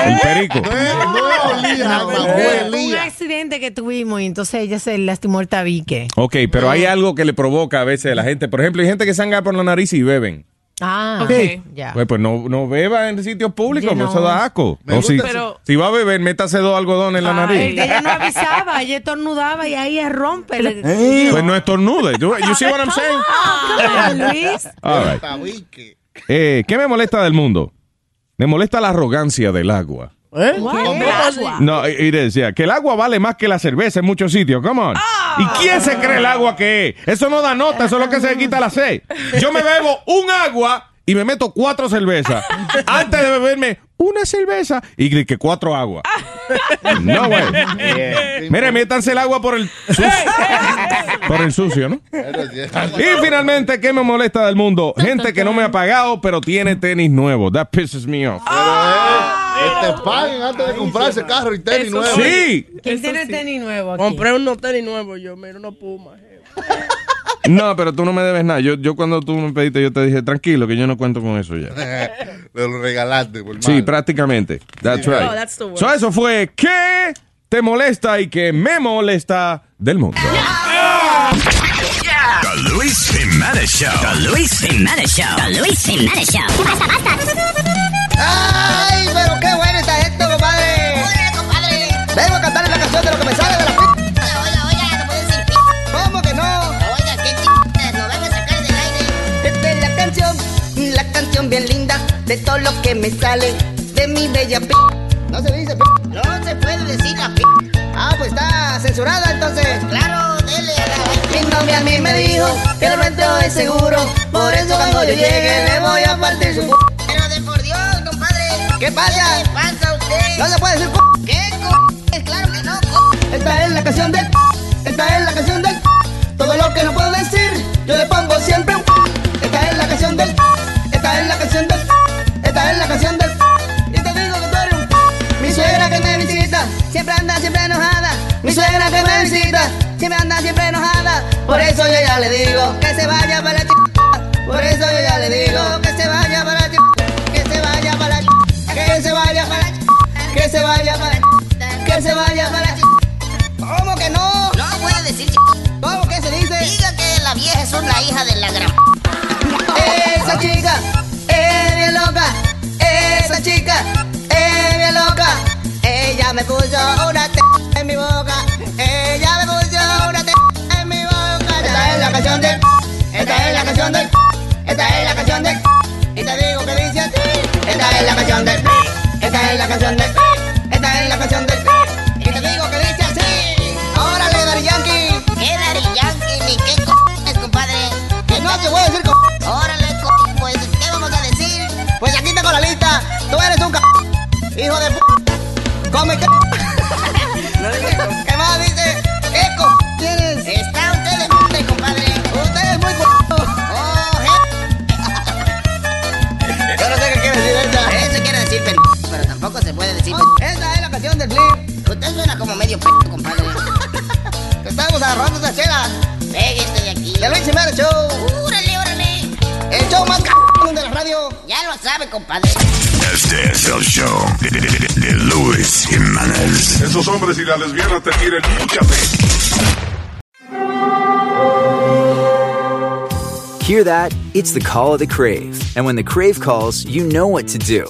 Speaker 6: El perico.
Speaker 8: No, fue un accidente que tuvimos y entonces ella se lastimó el tabique.
Speaker 6: Ok, pero hay algo que le provoca a veces a la gente. Por ejemplo, hay gente que sangra por la nariz y beben.
Speaker 8: Ah,
Speaker 6: Sí.
Speaker 8: ya.
Speaker 6: Pues, pues no, no beba en sitios públicos,
Speaker 8: Ya no.
Speaker 6: eso da asco.
Speaker 8: Me
Speaker 6: o si,
Speaker 8: gusta eso.
Speaker 6: si va a beber, métase dos algodones en la nariz.
Speaker 8: Ella no avisaba, ella estornudaba y ahí rompe. Le-
Speaker 6: Pues no estornude. You, you see what I'm saying?
Speaker 8: Come on, Luis.
Speaker 6: All right. Eh, ¿Qué me molesta del mundo? Me molesta la arrogancia del agua.
Speaker 22: ¿Eh?
Speaker 6: No, it is, yeah. Que el agua vale más que la cerveza en muchos sitios. Come on.
Speaker 8: Ah.
Speaker 6: ¿Y quién se cree el agua que es? Eso no da nota, eso es lo que se quita la sed. Yo me bebo un agua y me meto cuatro cervezas. Antes de beberme una cerveza y de que cuatro aguas. No, güey. Mire, métanse el agua por el sucio. Por el sucio, ¿no? Y finalmente, ¿qué me molesta del mundo? Gente que no me ha pagado, pero tiene tenis nuevo. That pisses me off.
Speaker 10: Que te paguen antes de Ah, comprarse carro y tenis
Speaker 6: Eso
Speaker 10: nuevo.
Speaker 6: sí.
Speaker 8: ¿Quién tiene tenis nuevo aquí?
Speaker 3: Compré unos tenis nuevos yo, mira, unos Pumas.
Speaker 6: No, pero tú no me debes nada. Yo, yo cuando tú me pediste, yo te dije, tranquilo, que yo no cuento con eso ya.
Speaker 10: Te lo regalaste, por
Speaker 6: Sí, prácticamente. That's
Speaker 10: No,
Speaker 6: right.
Speaker 10: Oh, that's the worst.
Speaker 6: So, eso fue ¿Qué te molesta y que me molesta del mundo?
Speaker 2: The Luis Jimenez Show. The Luis Jimenez Show.
Speaker 5: The Luis Jimenez Show.
Speaker 2: Basta,
Speaker 5: ¡Ay, pero qué buena esta gente, compadre! compadre! Vengo a cantarle la canción de lo que me sale de la p... Oiga, oiga, no puedo decir p... ¿Cómo que no? Oiga, qué p... nos van a sacar del aire. Esta es la canción, la canción bien linda, de todo lo que me sale de mi bella p... No se dice p... No se puede decir la p... Ah, pues está censurada entonces. Claro, dele a la... Mi novia a mí me dijo que el renteo es seguro, por eso cuando yo llegue le voy a partir su p... Pero de por Dios, compadre. ¿Qué pasa? ¿Qué pasa a usted? No se puede decir ¿Qué? c- Claro que no. c- Esta es la canción del. Esta es la canción del. Todo lo que no puedo decir, yo le pongo siempre un. Esta es la canción del. Esta es la canción del. Esta es la canción del. Y te digo que tú eres un. Mi suegra que me visita, siempre anda siempre enojada. Mi suegra que me visita, siempre anda siempre enojada. Por eso yo ya le digo que se vaya para la ch- Por eso yo ya le digo que se vaya para la ch- Que se vaya para la ch- Que se vaya para la ch- Que se vaya para la ch- Que se vaya para la ch- ¿Cómo que no? No puede decir ¿Cómo que se dice? Diga que la vieja es una hija de la gran... Esa chica es bien loca. Esa esta chica es bien loca. Ella me puso una t en mi boca. Ella me puso una t en mi boca. Esta es la canción del. Esta es la canción del. Esta es la canción del. Y te digo que dice así. Esta es la canción del. Esta es la canción del. Esta es la canción del. Y te digo que dice así. Órale, Dari Yankee. ¿Qué Dari Yankee? Ni qué c compadre. Que no te voy a decir c. Órale, c. Pues, ¿qué vamos a decir? Pues aquí tengo la lista. Tú eres un c. Hijo de p. Come c. ¿Qué más dice? ¿Qué c tienes? Está usted de p, compadre. Usted es muy c. Oh, je- Yo no sé qué quiere decir esa.
Speaker 7: Eso quiere decir per... pero tampoco se puede decir.
Speaker 5: Oh, Esa es la canción del flip.
Speaker 7: Usted suena como medio p... compadre.
Speaker 5: Que Estamos agarrando esas chelas.
Speaker 7: Péguese este de aquí.
Speaker 5: De Luis Jiménez Show.
Speaker 7: ¡Órale, órale!
Speaker 5: El show más c de la radio.
Speaker 7: Ya lo sabe, compadre.
Speaker 2: Este es el show de, de- de- de Luis Jiménez.
Speaker 4: Esos hombres y las lesbianas te quieren mucha fe.
Speaker 28: Hear that? It's the call of the crave. And when the crave calls, you know what to do.